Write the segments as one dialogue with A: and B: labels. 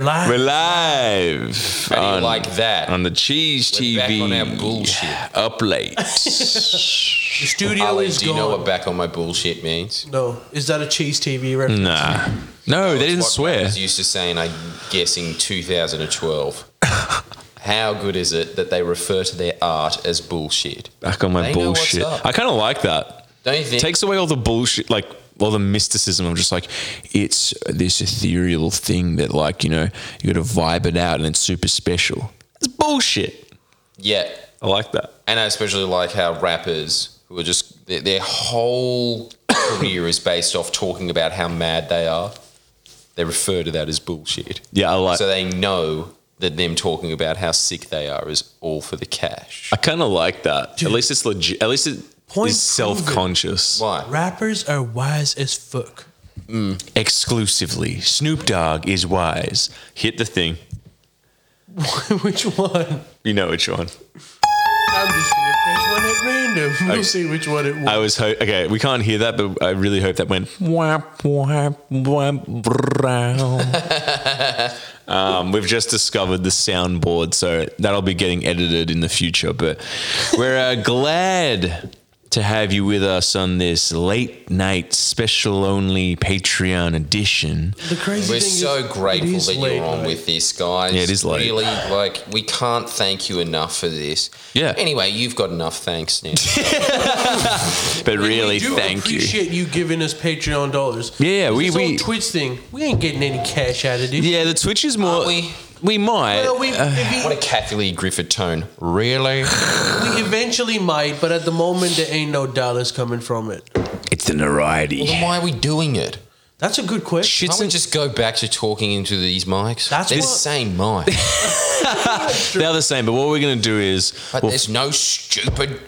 A: Live.
B: We're live.
C: How do you
B: on-
C: like that?
B: On the Cheese TV.
C: We're back on our bullshit.
B: Up late.
A: The studio
C: Ollie,
A: is
C: do you
A: gone.
C: know what back on my bullshit means?
A: no, is that a cheese TV
C: Hmm.
A: reference?
B: nah. No, they
C: It's
B: didn't
C: what
B: swear.
C: rappers used to saying, I guess, in 2012. How good is it that they refer to their art as bullshit?
B: Back on my
C: They know what's
B: bullshit.
C: up.
B: I kind of like that.
C: Don't you think?
B: Takes away all the bullshit, like all the mysticism of just like it's this ethereal thing that like you know you got to vibe it out and it's super special. It's bullshit.
C: yeah.
B: I like that.
C: And I especially like how rappers who are just, their, their whole career is based off talking about how mad they are. They refer to that as bullshit.
B: Yeah, I like.
C: So they know that them talking about how sick they are is all for the cash.
B: I kind of like that. At least it's legit. At least it
A: Point
B: is self conscious.
C: Why?
A: Rappers are wise as fuck.
B: Exclusively, Snoop Dogg is wise. Hit the thing.
A: which one?
B: You know which one.
A: I'm just gonna press one at random. We'll
B: Okay.
A: see which one it was.
B: I was ho- okay. We can't hear that, but I really hope that went. whap, whap, whap, brow. um, we've just discovered the soundboard, so that'll be getting edited in the future. But we're uh, glad to have you with us on this late night special only Patreon edition.
A: the crazy
C: We're
A: thing
C: so
A: is, it
C: grateful
A: is
C: that
A: late
C: you're on
A: night.
C: with this, guys.
B: Yeah, it is late.
C: Really, like, we can't thank you enough for this.
B: Yeah.
C: Anyway, you've got enough thanks now.
B: But really,
A: We do
B: thank you.
A: appreciate you giving us Patreon dollars.
B: Yeah, we-
A: this
B: we-
A: whole Twitch thing. We ain't getting any cash out of this.
B: Yeah, the Twitch is more.
C: Aren't we?
B: we might. uh,
A: Well, we, if we-
C: Uh, what a Kathy Lee Griffith tone. Really?
A: we eventually might, but at the moment there ain't no dollars coming from it.
B: it's the notoriety.
C: Then why are we doing it?
A: That's a good question.
C: Can't
B: Shit's
C: we
B: in-
C: just go back to talking into these mics?
A: That's
C: They're
A: what-
C: the same mic.
B: they're the same, but what we're going to do is.
C: But
B: we'll
C: there's no stupid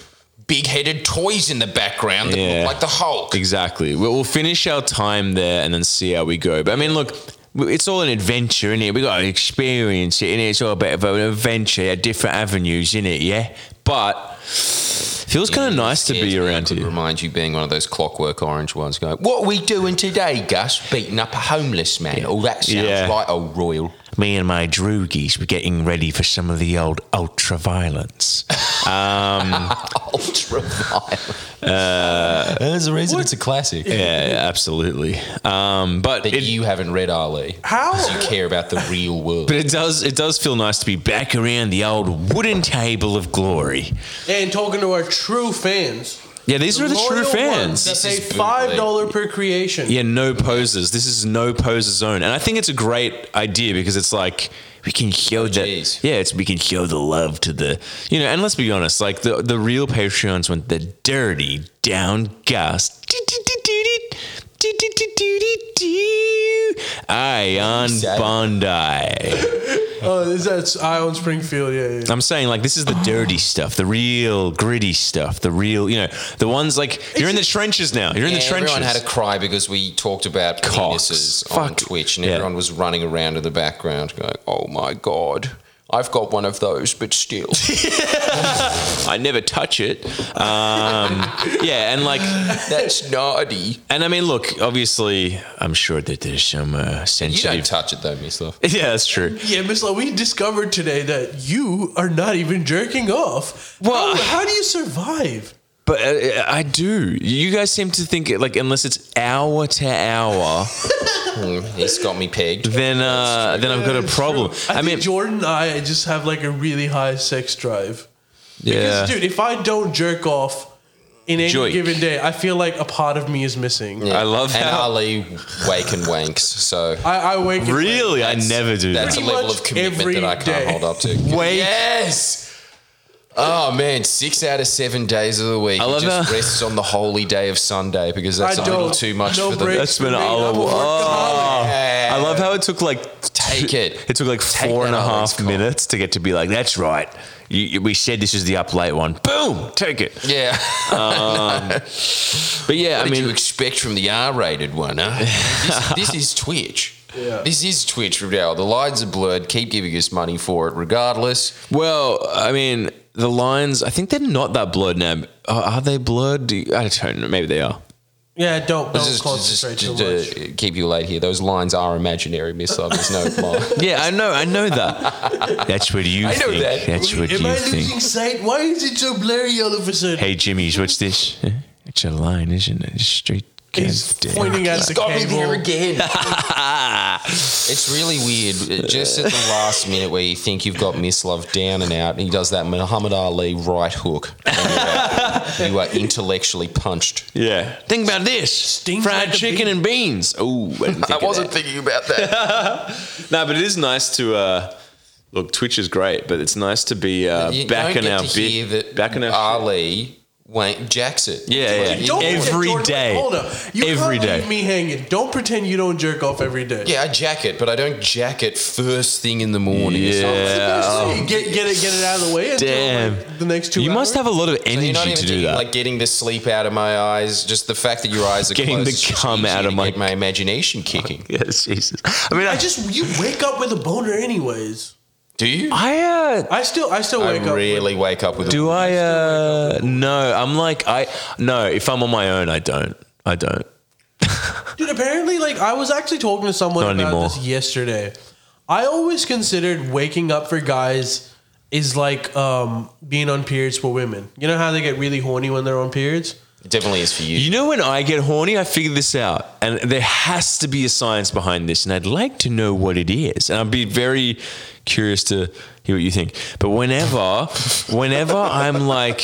C: big headed toys in the background that
B: Yeah.
C: look like the Hulk.
B: Exactly. We'll, we'll finish our time there and then see how we go. But I mean, look, it's all an adventure, innit? We got to experience it, innit? It's all a bit of an adventure, yeah, different avenues, innit? Yeah. But feels kind of nice to be
C: Scares me. I
B: around
C: could
B: here.
C: Remind you being one of those clockwork orange ones going, What we doing today, Gus? Beating up a homeless man. Oh, that sounds
B: Yeah.
C: right, old royal.
B: Me and my droogies were getting ready for some of the old ultra violence.
C: Ultra violent. There's a reason it's a classic.
B: yeah, absolutely. Um, but
C: That
B: it,
C: you haven't read Ali.
A: How-
C: 'Cause you care about the real world.
B: but it does it does feel nice to be back around the old wooden table of glory.
A: And talking to our true fans.
B: Yeah, these are the true
A: Loyal
B: fans.
A: ones That pay
C: This is
A: five dollar per creation.
B: Yeah, no poses. This is no poses zone, and I think it's a great idea because it's like we can show that.
C: jeez.
B: Yeah, it's we can show the love to the you know. And let's be honest, like the the real Patreons went the dirty down gas. I on
C: Sad.
B: Bondi.
A: Oh, is that's Ion Springfield. Yeah, yeah.
B: I'm saying like this is the dirty stuff, the real gritty stuff, the real you know the ones like you're in the trenches now. You're in
C: Yeah,
B: the trenches.
C: Everyone had a cry because we talked about
B: Cocks.
C: penises on
B: Fuck.
C: Twitch, and
B: Yeah.
C: everyone was running around in the background going, "Oh my god, I've got one of those, but still."
B: I never touch it. Um, yeah, and like
C: That's naughty.
B: And I mean, look, obviously, I'm sure that there's some uh,
C: You don't
B: sensitive.
C: touch it though, Miss Love.
B: yeah, that's true.
A: Yeah, Miss Law, we discovered today that you are not even jerking off.
B: Well-
A: how, how do you survive?
B: But uh, I do. You guys seem to think it, like unless it's hour to hour, Mm,
C: He's got me pegged.
B: then uh, then I've got a
A: It's
B: problem.
A: true. I,
B: I, mean,
A: think Jordan and I just have like a really high sex drive.
B: yeah,
A: Because, dude, if I don't jerk off in any
B: Joik.
A: given day, I feel like a part of me is missing.
B: I love
C: And
B: how.
C: Ali wake and wanks, so
A: I, I wake up-
B: Really, I never do
C: that's a
A: Pretty
B: that.
C: level
A: much
C: of commitment that I
A: every
C: can't
A: day.
C: hold up to.
B: Wake-
C: Yes. Oh man, six out of seven days of the week
B: I
C: it
B: love
C: just
B: how-
C: rests on the holy day of Sunday because that's
A: I
C: a little
A: don't.
C: too much
A: No
C: for the
A: breaks
B: That's been
A: for me.
B: all-
A: I'm a
B: oh.
A: workaholic.
B: I love how it took like
C: Take it.
B: It took like
C: Take
B: four and
C: that
B: a
C: Alex
B: half
C: call.
B: minutes to get to be like, that's right. You, you- we said this is the up late one. Boom, take it.
C: Yeah.
B: But yeah,
C: what
B: I
C: did you
B: mean,
C: expect from the R-rated one? Huh? this, this is Twitch.
A: Yeah.
C: This is Twitch, Riddell. The lines are blurred. Keep giving us money for it, regardless.
B: Well, I mean, the lines, I think they're not that blurred now. Are, are they blurred? Do you- I don't know. Maybe they are.
A: Yeah, don't, don't
C: Just, just,
A: concentrate
C: just
A: too much.
C: to keep you late here, those lines are imaginary, Miss Love. There's no plot.
B: Yeah, I know, I know that. That's what you
C: I know
B: think.
C: that.
B: That's what
A: Am
B: you
A: I
B: think.
A: losing sight? Why is it so blurry all of a sudden?
B: Hey, Jimmy's, what's this? Huh? It's a line, isn't it? It's straight.
A: He's
B: goddamn-
A: pointing at the
C: Got me there
A: cable.
C: again. it's really weird. Just at the last minute where you think you've got Miss Love down and out, and he does that Muhammad Ali right hook. And you're out. you are intellectually punched.
B: Yeah. Think about this.
A: Stinks
B: Fried
A: like a
B: chicken and beans. Oh, I, didn't think of that.
C: thinking about that.
B: No, but it is nice to uh, look. Twitch is great, but it's nice to be uh,
C: You
B: back in
C: don't get
B: our
C: to hear
B: bit.
C: that
B: Back in our.
C: Ali Wayne Jackson.
B: Yeah, yeah.
C: You
A: Don't
C: don't-
B: Every
A: pretend- Jordan,
B: day.
A: Hold up. You
B: Every
A: can't
B: day.
A: leave me hanging. Don't pretend you don't jerk off every day.
C: yeah, I jack it, but I don't jack it first thing in the morning. It's not-
A: Seriously, Get, get it get it out of the way. until,
B: Oh. Damn.
A: like, the next two
B: you
A: hours.
B: must have a lot of
C: So
B: energy
C: you're not
B: to
C: even
B: do
C: getting,
B: that.
C: like getting the sleep out of my eyes. Just the fact that your eyes are
B: Getting the
C: closed, it's
B: cum
C: easier
B: out of
C: to
B: my-
C: get my imagination kicking.
B: yes, Jesus. I mean, I,
A: I
B: just.
A: just you wake up with a boner anyways.
C: Do you?
B: I uh,
A: I still I still
C: I
A: wake up. with-
C: really wake up with.
B: Do
C: a,
B: I? Uh, no, I'm like I. No, if I'm on my own, I don't. I don't.
A: Dude, apparently, like I was actually talking to someone
B: Not
A: about
B: anymore.
A: this yesterday. I always considered waking up for guys is like um, being on periods for women. You know how they get really horny when they're on periods.
C: it definitely is for you.
B: You know, when I get horny, I figure this out, and there has to be a science behind this, and I'd like to know what it is, and I'd be very curious to hear what you think. But whenever, whenever I'm like,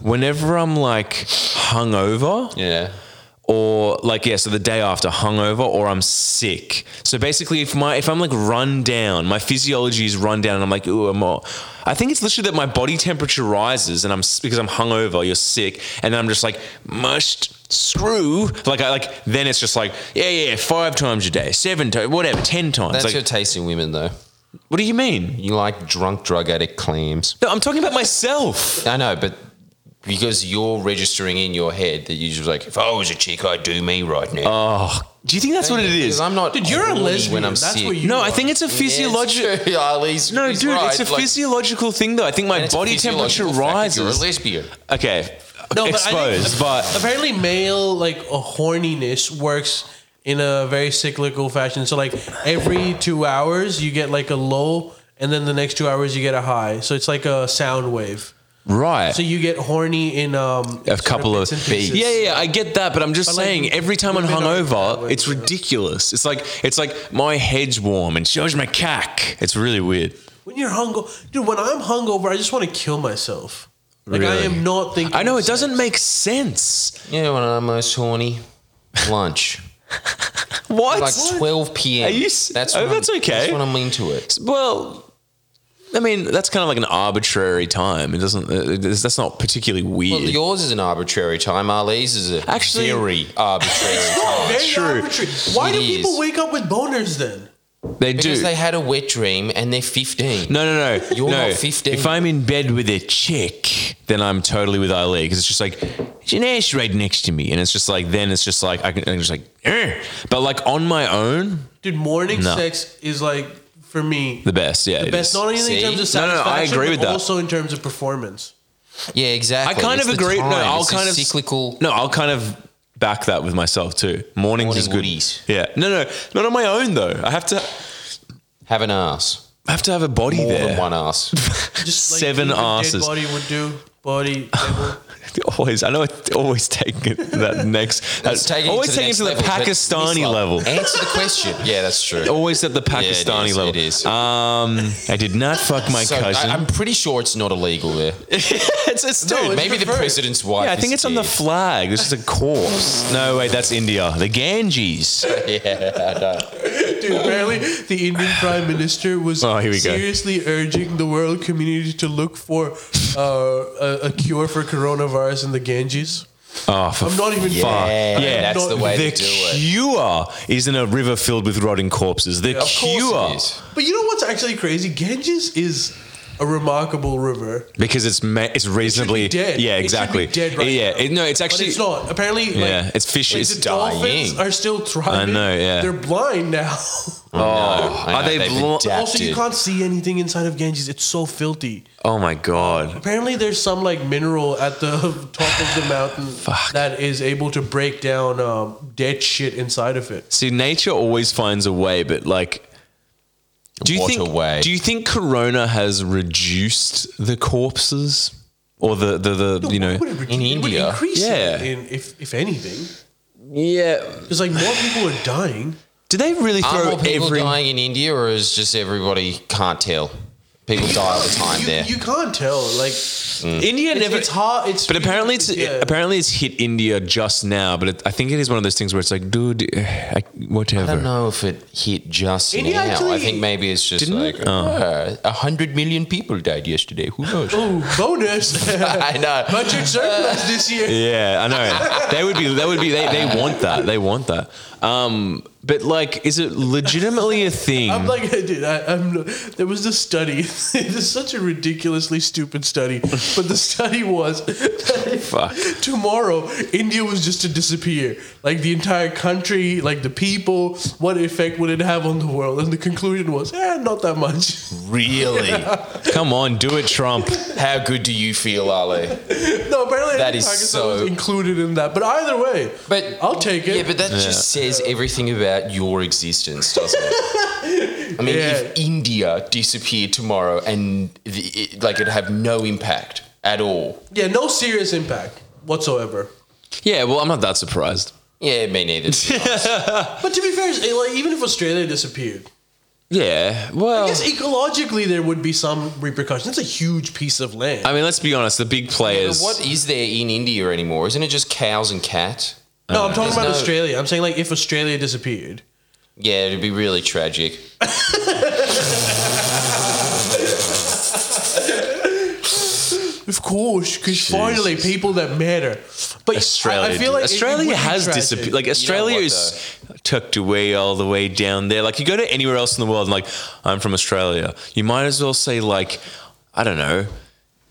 B: whenever I'm like hungover,
C: yeah.
B: or like yeah, so the day after hungover, or I'm sick. So basically, if my if I'm like run down, my physiology is run down, and I'm like, ooh, I'm all. I think it's literally that my body temperature rises, and I'm s- because I'm hungover, you're sick, and then I'm just like mushed. Screw like I like then it's just like yeah yeah five times a day seven times whatever ten times
C: That's
B: like
C: your taste in women, though.
B: what do you mean
C: You like drunk drug addict clams.
B: no I'm talking about myself
C: I know, but because you're registering in your head that you're just like, if I was a chick, I'd do me right now.
B: oh do you think that's what it
C: Because
B: is
C: I'm not.
A: Dude, you're a
C: horny
A: lesbian.
C: when I'm
A: That's
C: sick.
A: what you.
B: no
A: are.
B: I think it's a physiological
C: Yeah, it's true. Ali's,
B: no
C: he's
B: dude
C: right.
B: it's a
C: Like,
B: physiological thing though I think my
C: it's a
B: body temperature
C: physiological fact that You're a
B: rises
C: lesbian.
B: Okay.
A: No, but I think-
B: Exposed, but,
A: apparently male like a horniness works in a very cyclical fashion. So like every two hours you get like a low, and then the next two hours you get a high. So it's like a sound wave.
B: right.
A: So you get horny in um
B: a couple of
A: beats.
B: Yeah, yeah, yeah, I get that, but I'm just
A: But, like,
B: saying. every time I'm
A: women are like that
B: hungover,
A: way,
B: it's
A: yeah.
B: ridiculous. It's like it's like my head's warm and shows my cack. It's really weird.
A: When you're hungover, dude. When I'm hungover, I just want to kill myself. Like I
B: Really?
A: am not thinking.
B: I know
A: of
B: it
A: sex.
B: doesn't make sense.
C: You know when I'm most horny? Lunch.
B: What?
C: like 12 p.m.
B: Are you s-
C: that's
B: oh,
C: when I'm-
B: that's okay.
C: That's when I'm into it.
B: Well, I mean, that's kind of like an arbitrary time. It doesn't. Uh, it's- that's not particularly
C: Well,
B: weird.
C: yours is an arbitrary time. Ali's is a
B: Actually-
C: very arbitrary
A: Oh,
C: time.
A: very
B: true.
A: arbitrary. Why
C: It
A: do
C: is.
A: people wake up with boners then?
B: they do.
C: Because they had a wet dream and they're 15.
B: No, no, no.
C: You're
B: no.
C: not 15.
B: If I'm in bed with a chick, then I'm totally with Ali because it's just like Janesh right next to me, and it's just like then it's just like I can I'm just like, "Eh." but like on my own,
A: Dude, morning
B: No.
A: sex is like for me
B: the best. Yeah,
A: the
B: it
A: best.
B: is.
A: Not only in
C: See?
A: terms of
B: No, no, no,
A: satisfaction,
B: I agree
A: but
B: with that.
A: Also in terms of performance.
C: Yeah, exactly.
B: I kind
C: It's
B: of
C: the
B: agree. No,
C: time.
B: I'll
C: It's a
B: kind of
C: cyclical.
B: No, I'll kind of back that with myself too. Mornings
C: Morning
B: is good.
C: woodies.
B: Yeah, no, no, not on my own though. I have to,
C: Have an ass.
B: I have to have a body
C: More
B: there.
C: than one ass.
A: Just like
B: Seven
A: even dead
B: asses.
A: Body would do. Body. devil.
B: Always, I know. It's always taking it to that next.
C: That's taking it
B: always
C: to the
B: taking it
C: next
B: to the
C: level, but
B: Pakistani
C: Islam.
B: level. Oh,
C: Answer the question. Yeah, that's true.
B: Always at the
C: Yeah, it
B: Pakistani
C: is,
B: level.
C: It is.
B: Um, I did not fuck my
C: So,
B: cousin.
C: I, am pretty sure it's not illegal there.
B: it's, it's, dude,
A: it's-
C: Maybe the
A: preferred.
C: president's wife.
B: yeah, I think
C: is
B: it's on the
C: scared.
B: flag. This is a corpse. No, wait, that's India. The Ganges.
A: Dude, apparently the Indian Prime Minister was
B: Oh, here we go.
A: seriously urging the world community to look for uh, a, a cure for coronavirus in the Ganges.
B: Oh, for
A: I'm not even
B: fuck.
C: Yeah,
B: Yeah.
C: that's the way
B: the
C: to do it.
B: cure is in a river filled with rotting corpses. The
C: Of course
B: cure.
C: it is.
A: But you know what's actually crazy? Ganges is a remarkable river.
B: because it's ma- it's reasonably
A: dead. It
B: yeah
A: should be
B: exactly
A: dead right
B: yeah
A: now.
B: it- no it's
A: But
B: actually
A: it's not. Apparently, like,
B: yeah it's fish
A: like,
B: it's
A: the
B: dying
A: dolphins are still thriving.
B: I know, yeah.
A: They're blind now.
B: oh
C: I know,
B: are they
C: they've been
B: blo-
C: dead.
A: also, you
C: Adapted.
A: can't see anything inside of Ganges. It's so filthy.
B: oh my god
A: Apparently, there's some like mineral at the top of the mountain that is able to break down um, dead shit inside of it.
B: see nature always finds a way but like do you
C: What
B: think
C: a way.
B: do you think corona has reduced the corpses or the the, the you know
A: Would it reduce-
C: in
A: it would
C: India.
A: increase
B: Yeah.
A: it in, if if anything,
B: yeah
A: because like more people are dying.
B: do they really
C: Are
B: throw
C: more people
B: every
C: dying in India, or is just everybody can't tell? People die all the time
A: you,
C: there.
A: you can't tell. Like
B: India
A: it's,
B: never
A: it's hard. It's
B: But apparently, it's
A: yeah.
B: apparently it's hit India just now. But it, I think it is one of those things where it's like, dude, eh, I, whatever.
C: I don't know if it hit just
A: India
C: now. I
A: actually-
C: think maybe it's just
B: Didn't
C: like uh,
B: it? Oh.
C: a hundred million people died yesterday. Who knows?
A: oh bonus
C: I know.
A: budget surplus this year.
B: Yeah, I know. they would be. That would be. They, they want that. They want that. Um, but like, is it legitimately a thing?
A: I'm like, dude, I, I'm. no- There was this study. this is such a ridiculously stupid study, but the study was that if
B: Fuck.
A: tomorrow India was just to disappear, like the entire country, like the people. What effect would it have on the world? And the conclusion was, eh, not that much.
C: Really?
B: Come on, do it, Trump.
C: How good do you feel, Ali?
A: No, apparently
C: That
A: I
C: is
A: think Pakistan
C: so-
A: was included in that. But either way,
C: But
A: I'll take it.
C: Yeah, but that just says everything about your existence, doesn't it? I mean, if India disappeared tomorrow, and the, it, like it'd have no impact at all.
A: yeah, no serious impact whatsoever.
B: Yeah. Well, I'm not that surprised.
C: Yeah, me neither.
A: But to be fair, it's- like, even if Australia disappeared,
B: Yeah. Well,
A: I guess ecologically there would be some repercussions. It's a huge piece of land.
B: I mean, let's be honest. The big
C: But
B: players.
C: what is there in India anymore? Isn't it just cows and cat?
A: no, I'm talking about
C: no-
A: Australia. I'm saying like if Australia disappeared.
C: Yeah, it'd be really tragic.
A: Of course, because finally people that matter. But
B: Australia.
A: I, I feel like it- it would
B: Australia
A: be
B: has
A: tragic.
B: disappeared. Like Australia
C: what,
B: is tucked away all the way down there. Like you go to anywhere else in the world, and like I'm from Australia, you might as well say like I don't know,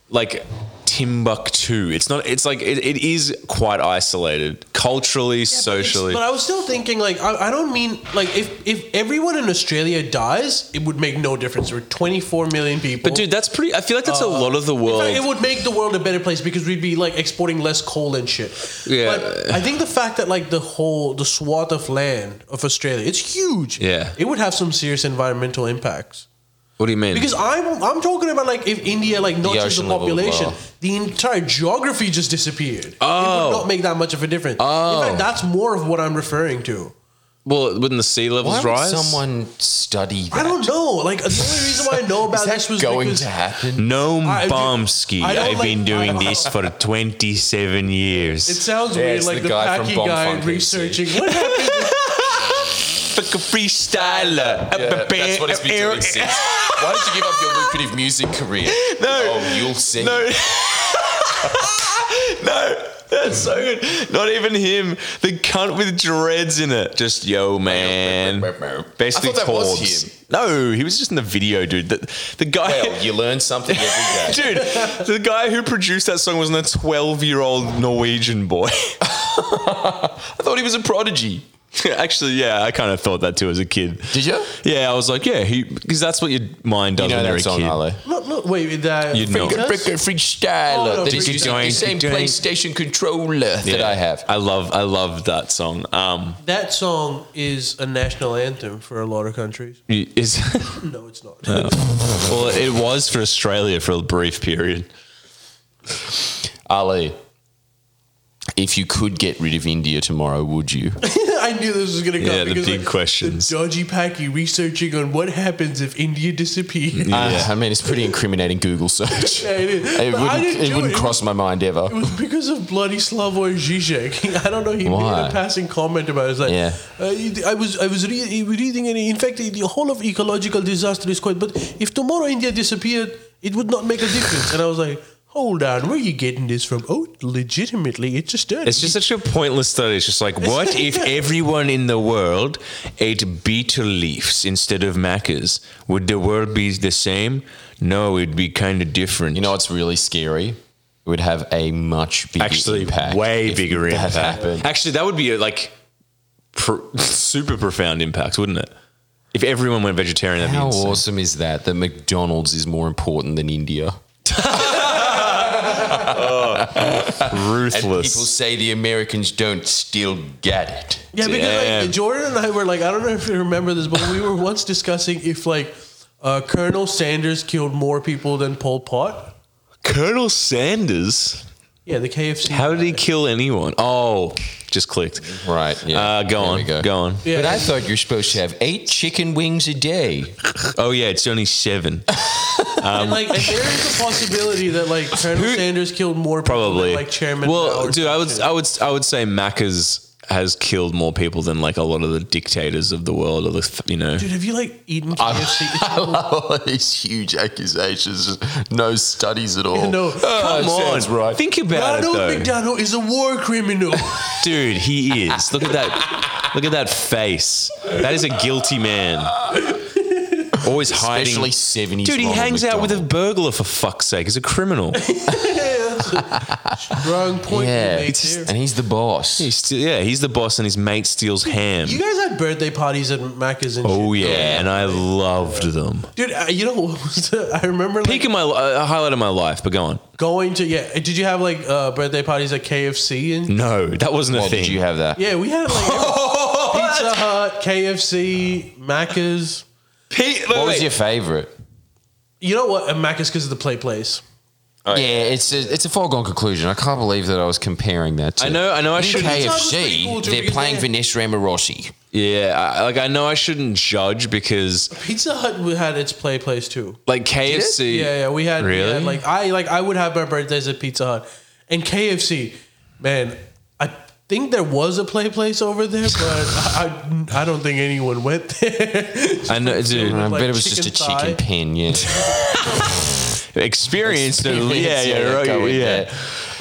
B: like Timbuktu. It's not. It's like it, it is quite isolated culturally, socially.
A: It's- But I was still thinking, like, I, I don't mean like if if everyone in Australia dies, it would make no difference. There were 24 million people.
B: But dude, that's pretty. I feel like that's a lot of the world.
A: Uh, it would make the world a better place because we'd be like exporting less coal and shit.
B: Yeah.
A: But I think the fact that like the whole the swath of land of Australia, it's huge.
B: Yeah.
A: It would have some serious environmental impacts.
B: what do you mean?
A: Because I'm I'm talking about like if India like not just the
C: ocean level
A: population,
C: as well.
A: the entire geography just disappeared. It
B: Oh.
A: would not make that much of a difference. In
C: Oh.
A: fact, that's more of what I'm referring to.
B: well, wouldn't the sea levels
C: Why would
B: rise?
C: someone study that?
A: I don't know. Like the only reason why I know about
C: Is that
A: this was
C: going
A: because
C: to happen?
B: no,
A: I-
B: Bomsky.
A: I don't
B: I've
A: like-
B: been doing
A: I-
B: this for 27 years.
A: it sounds
C: Yeah,
A: weird,
C: it's
A: like the,
C: the guy from
A: Paki
C: Bomb
A: guy
C: Funk, you see.
A: researching what happened.
B: like a freestyler.
C: Yeah, that's what it's been doing since. Why did you give up your lucrative music career? No. Oh, you'll see.
B: No. no. That's so good. Not even him. The cunt with dreads in it. Just yo man. Basically
C: I thought that was
B: Torbs.
C: him.
B: No, he was just in the video, dude. The, the guy
C: Well, you learn something every day.
B: Dude, the guy who produced that song was a 12 year old Norwegian boy. I thought he was a prodigy. Actually, yeah, I kind of thought that too as a kid.
C: Did you?
B: Yeah, I was like, yeah, he because that's what your mind does
C: You know
B: when you're
C: that
B: a
C: song,
B: kid.
C: Ale.
A: Look, look, wait, that
B: You know.
A: Princess?
C: Brick freestyler.
A: Oh, no,
C: the,
A: Freak
C: the- the
B: Giant,
C: same
B: Freak Giant.
C: PlayStation controller that
B: Yeah.
C: I have.
B: I love I love that song. Um,
A: That song is a national anthem for a lot of countries.
B: is
A: No, it's not.
B: well, it was for Australia for a brief period.
C: Ali, if you could get rid of India tomorrow, would you?
A: I knew this was gonna come.
B: Yeah, the
A: because,
B: big
A: like,
B: questions.
A: The dodgy packy researching on what happens if India disappears.
C: Uh, I mean, it's pretty incriminating Google search.
A: Yeah, it is. But I
C: It wouldn't,
A: didn't
C: it
A: do
C: wouldn't
A: it.
C: cross my mind ever.
A: It was because of bloody Slavoj Žižek. I don't know. He
C: Why?
A: made a passing comment about it. It's like,
C: Yeah.
A: uh, you- I was, I was re- reading, and in fact, the whole of ecological disaster is quite. But if tomorrow India disappeared, it would not make a difference. And I was like, Hold on, where are you getting this from? Oh, legitimately, it's a study.
B: It's just such a pointless study. It's just like, what if everyone in the world ate beetle leaves instead of macas? Would the world be the same? No, it'd be kind of different.
C: You know what's really scary? It would have a much bigger
B: actually,
C: impact
B: way
C: if
B: bigger
C: that
B: impact.
C: happened.
B: Actually, that would be a, like pro- super profound impact, wouldn't it? If everyone went vegetarian, that'd
C: How
B: be insane.
C: awesome is that? That McDonald's is more important than India. And people
B: ruthless.
C: say the Americans don't still get it.
A: Yeah, because
B: Damn.
A: like, Jordan and I were like, I don't know if you remember this, but we were once discussing if like uh, Colonel Sanders killed more people than Pol Pot.
B: Colonel Sanders.
A: Yeah, the KFC.
B: How did he kill anyone? Oh, just clicked.
C: Right. Yeah.
B: Uh, go
C: There we
B: on, go. on.
A: Yeah.
C: But I thought you're supposed to have eight chicken wings a day.
B: Oh yeah, it's only seven.
A: and like, if there is a possibility that like Colonel Sanders killed more people
B: Probably
A: than, like Chairman. Mao
B: Well,
A: or
B: dude, I
A: some
B: would,
A: shit.
B: I would, I would say Macca's has killed more people than like a lot of the dictators of the world, or the you know.
A: Dude, have you like eaten KFC?
C: all these huge accusations, no studies at all.
A: no,
B: Come on,
C: Oh, right.
B: think about
A: Ronald
B: it though,
A: McDonald is a war criminal.
B: dude. He is. Look at that. Look at that face. That is a guilty man. Always hiding.
C: Especially 70s.
B: dude, he
C: Ronald
B: hangs out with a
C: McDonald.
B: burglar for fuck's sake. He's a criminal.
A: Wrong point.
C: Yeah,
A: you, make
C: it's-
A: there.
C: and he's the boss.
B: He's still, yeah, he's the boss, and his mate steals ham.
A: you guys had birthday parties at Macca's and
B: Oh
A: shit.
B: yeah, and I loved them.
A: dude. I, you know, what was the- I remember like,
B: Peak of my uh, highlight of my life, but go on.
A: going to yeah. Did you have like uh, birthday parties at KFC and
B: No, that wasn't a
C: Well,
B: thing. Oh,
C: did you have that?
A: yeah? We had like every- Pizza Hut, KFC, Macca's.
B: Pete,
C: What was your favorite?
A: You know what? Uh, Macca's because of the play place.
C: Yeah, it's a, it's a foregone conclusion. I can't believe that I was comparing that to.
B: I know, I know, I
C: In
B: shouldn't.
A: Pizza Hut was
C: KFC,
A: pretty cool too
C: they're
A: because
C: playing
A: they-
C: Vanessa Ramoroshi.
B: Yeah, I, like I know I shouldn't judge because
A: Pizza Hut we had its play place too.
B: like KFC.
A: Yeah, yeah. We had we had,
B: Really?
A: like I like I would have my birthdays at Pizza Hut and KFC. Man, I think there was a play place over there, but I, I I don't think anyone went there.
B: I know, dude.
C: I
A: Like
C: bet it was just a
A: chicken thigh.
C: chicken pin, yeah.
B: Experience, yeah,
C: Experience, yeah,
B: yeah, right,
C: go in
B: yeah.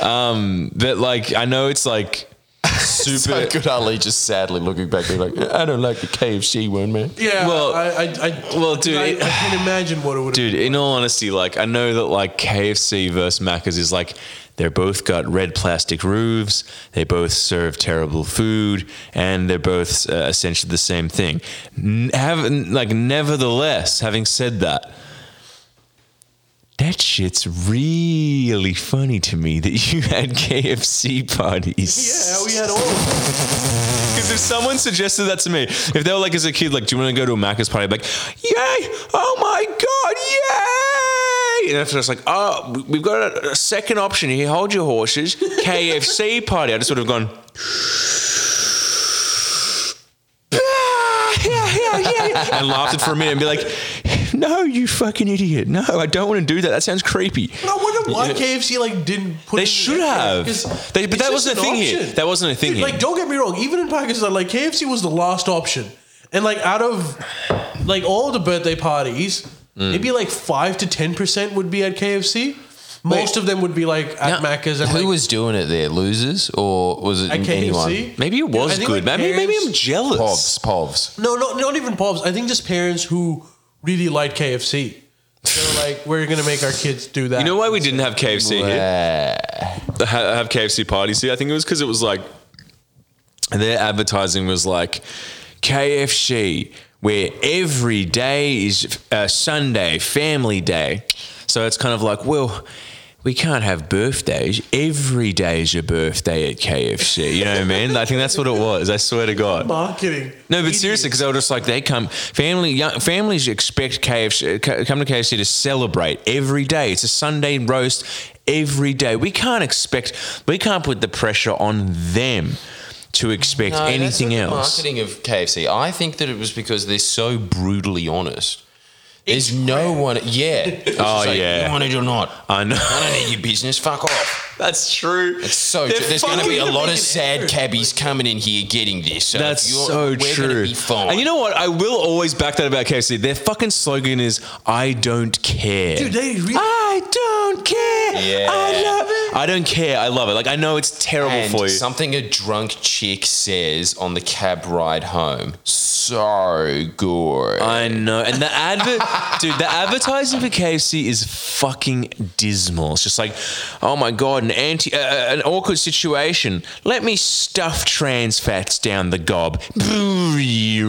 B: Um, but like I know it's like super.
C: good Ali just sadly looking back, being like, I don't like the KFC one, man.
A: yeah.
B: Well-
A: I I, I
B: well, dude,
A: I,
B: it-
A: I can imagine what it would.
B: Dude, in all honesty, like I know that like KFC versus Macca's is like they're both got red plastic roofs, they both serve terrible food, and they're both uh, essentially the same thing. N- have like nevertheless, having said that, that shit's really funny to me that you had KFC parties.
A: Yeah, we had all. of them.
B: Because if someone suggested that to me, if they were like as a kid, like, do you want to go to a Macca's party? I'd be like, yay! Oh my god, yay! And after I was like, oh, we- we've got a, a second option here. Hold your horses, KFC party. I just would have gone. "Ah, yeah, yeah, yeah, yeah," And laughed it for a minute and be like, no, you fucking idiot. No, I don't want to do that. That sounds creepy.
A: But I wonder why KFC like didn't put.
B: They
A: it in
B: should
A: the effort,
B: have.
A: 'cause
B: They- but
A: it's just
B: that wasn't a
A: an
B: thing here.
A: option.
B: That wasn't a thing
A: Dude,
B: here.
A: Like, don't get me wrong. Even in Pakistan, like KFC was the last option, and like out of like all the birthday parties,
B: Mm.
A: maybe like five to ten percent would be at KFC. Most of them would be like at Macca's and
C: Who
A: like,
C: was doing it there? Losers or was it
A: at KFC.
C: anyone?
B: Maybe it
A: Dude, I
B: was
A: think,
B: good.
A: like,
B: maybe, maybe I'm
A: parents-
B: jealous.
C: Povs, Povs.
A: No, not not even pops. I think just parents who really like KFC. They're like, we're gonna make our kids do that.
B: You know why we didn't have KFC here?
C: Uh,
B: ha- have KFC parties here. I think it was because it was like their advertising was like KFC, where every day is uh, Sunday, family day. So it's kind of like, well, we can't have birthdays. Every day is your birthday at KFC. You know what I mean? I think that's what it was. I swear to God.
A: marketing?
B: No, but
A: Idiots.
B: seriously, because they were just like they come family young, families expect KFC co- come to KFC to celebrate every day. It's a Sunday roast every day. We can't expect we can't put the pressure on them to expect
C: no, that's
B: anything
C: not the
B: else.
C: Marketing of KFC. I think that it was because they're so brutally honest. There's no one. Oh, Yeah. It's just like,
B: yeah.
C: You want it or not?
B: I know
C: I don't need your business. Fuck off.
B: that's true.
C: It's so
B: They're
C: true. There's going to be a
B: fucking
C: lot of
A: making
C: sad
A: effort.
C: cabbies coming in here getting this. So if
B: That's
C: you're-
B: so
C: we're Gonna
B: true.
C: be fine.
B: And you know what? I will always back that about KFC. Their fucking slogan is "I don't care."
A: Dude, they really-
B: I don't care.
C: Yeah.
B: I love it. I don't care. I love it. Like I know it's terrible
C: And
B: for you.
C: something a drunk chick says on the cab ride home. So good. Uh,
B: I know. And the advert, dude, the advertising for KFC is fucking dismal. It's just like, oh my god, an anti, uh, uh, an awkward situation. Let me stuff trans fats down the gob. I love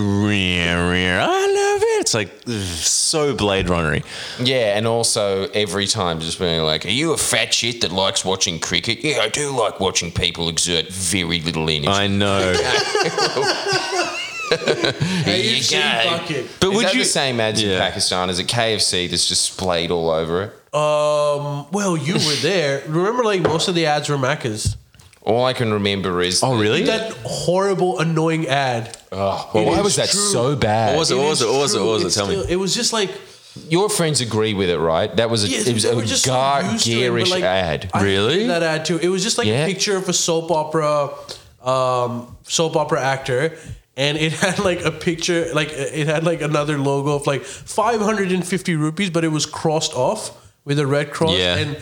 B: it. It's like ugh, so Blade Runnery.
C: yeah, and also every time just being like, Are you a fat shit that likes watching cricket? Yeah, I do like watching people exert very little energy.
B: I know.
C: you
A: AFC
C: go.
A: bucket.
B: But
C: Is
B: would
C: that
B: you?
C: the same ads
B: Yeah.
C: in Pakistan? Is it KFC that's just splayed all over it?
A: Um. Well, you were there. Remember, like most of the ads were Macca's.
C: All I can remember is
B: oh really?
A: That horrible, annoying ad.
C: Oh, well, why
A: is
C: was that
A: true.
C: so bad?
B: What was it? What was it? What was it? What was it?
A: It's
B: Tell
A: still-
B: me.
A: It was just like
C: Your friends agree with it, right? That was a,
A: yeah,
C: it was
A: we
C: a
A: were just so used to it, but,
C: garish
A: like,
C: ad.
A: I
B: Really?
A: hated That ad too. It was just like
C: Yeah.
A: a picture of a soap opera, um, soap opera actor, and it had like a picture, like it had like another logo of like 550 rupees, but it was crossed off with a red cross
B: Yeah.
A: and,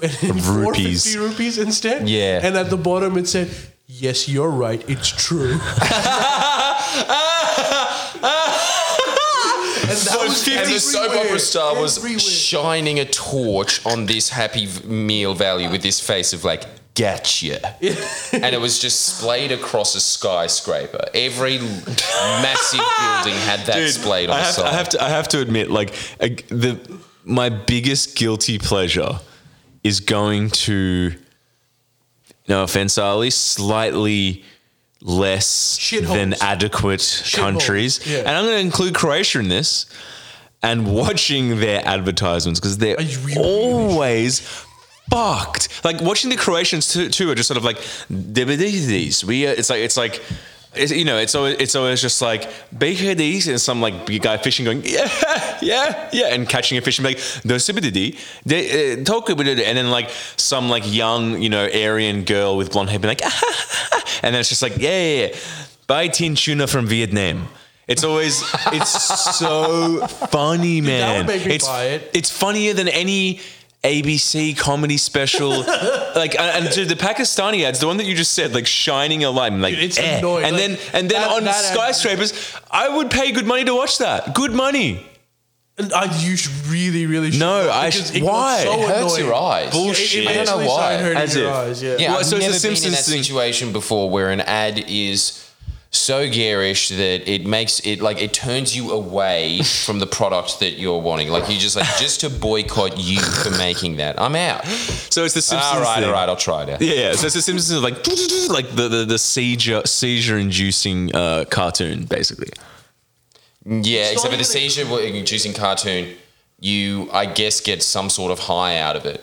A: and
B: Rupees.
A: rupees. 450 rupees instead.
C: Yeah.
A: And at the bottom it said. Yes, you're right. It's true. and that was
B: 50
C: and the soap
A: everywhere,
C: opera star was
A: everywhere.
C: shining a torch on this happy v- meal value with this face of like, gotcha. and it was just splayed across a skyscraper. Every l- massive building had that
B: Dude,
C: splayed on
B: I
C: the
B: have,
C: side.
B: I have to. I have to admit, like a, the my biggest guilty pleasure is going to. No offense, Ali. Slightly less
A: Shitholes.
B: than adequate countries,
A: yeah.
B: and I'm going to include Croatia in this. And watching their advertisements because they're
A: you really-
B: always fucked. Like watching the Croatians too, too are just sort of like these. We uh, it's like it's like. It's, you know, it's always it's always just like these and some like big guy fishing going yeah yeah yeah and catching a fish and be like no sibididi they uh, talk about it and then like some like young you know Aryan girl with blonde hair being like and then it's just like yeah yeah, yeah. buy tin tuna from Vietnam it's always it's so funny man
A: that would make me
B: it's
A: buy it.
B: it's funnier than any ABC comedy special. like and, and to the Pakistani ads, the one that you just said, like shining a light, I'm like
A: Dude, it's
B: eh.
A: annoying.
B: And
A: Like,
B: then and then
A: that-
B: on
A: that ad-
B: skyscrapers, I would pay good money to watch that. Good money.
A: And I, you should really, really should.
B: No, I
A: Because
B: should-
A: it got
B: why?
A: So
B: It
C: hurts
A: annoying.
C: your eyes.
B: Bullshit.
A: It, it
B: I don't
C: know
A: actually
C: why.
A: started hurting
B: As
A: your
B: if.
A: eyes. Yeah.
C: Yeah,
B: Well,
C: I've
B: so it's
C: never
B: the
C: been in that
B: Simpsons thing.
C: situation before where an ad is so garish that it makes it like it turns you away from the product that you're wanting. Like you just like just to boycott you for making that. I'm out.
B: So it's the Simpsons.
C: all right,
B: thing.
C: all right, I'll try it. Out.
B: Yeah, yeah, so it's the Simpsons of like like the the, the seizure seizure inducing uh, cartoon basically.
C: Yeah,
A: not
C: except for the
A: even a-
C: seizure we're inducing cartoon, you I guess get some sort of high out of it.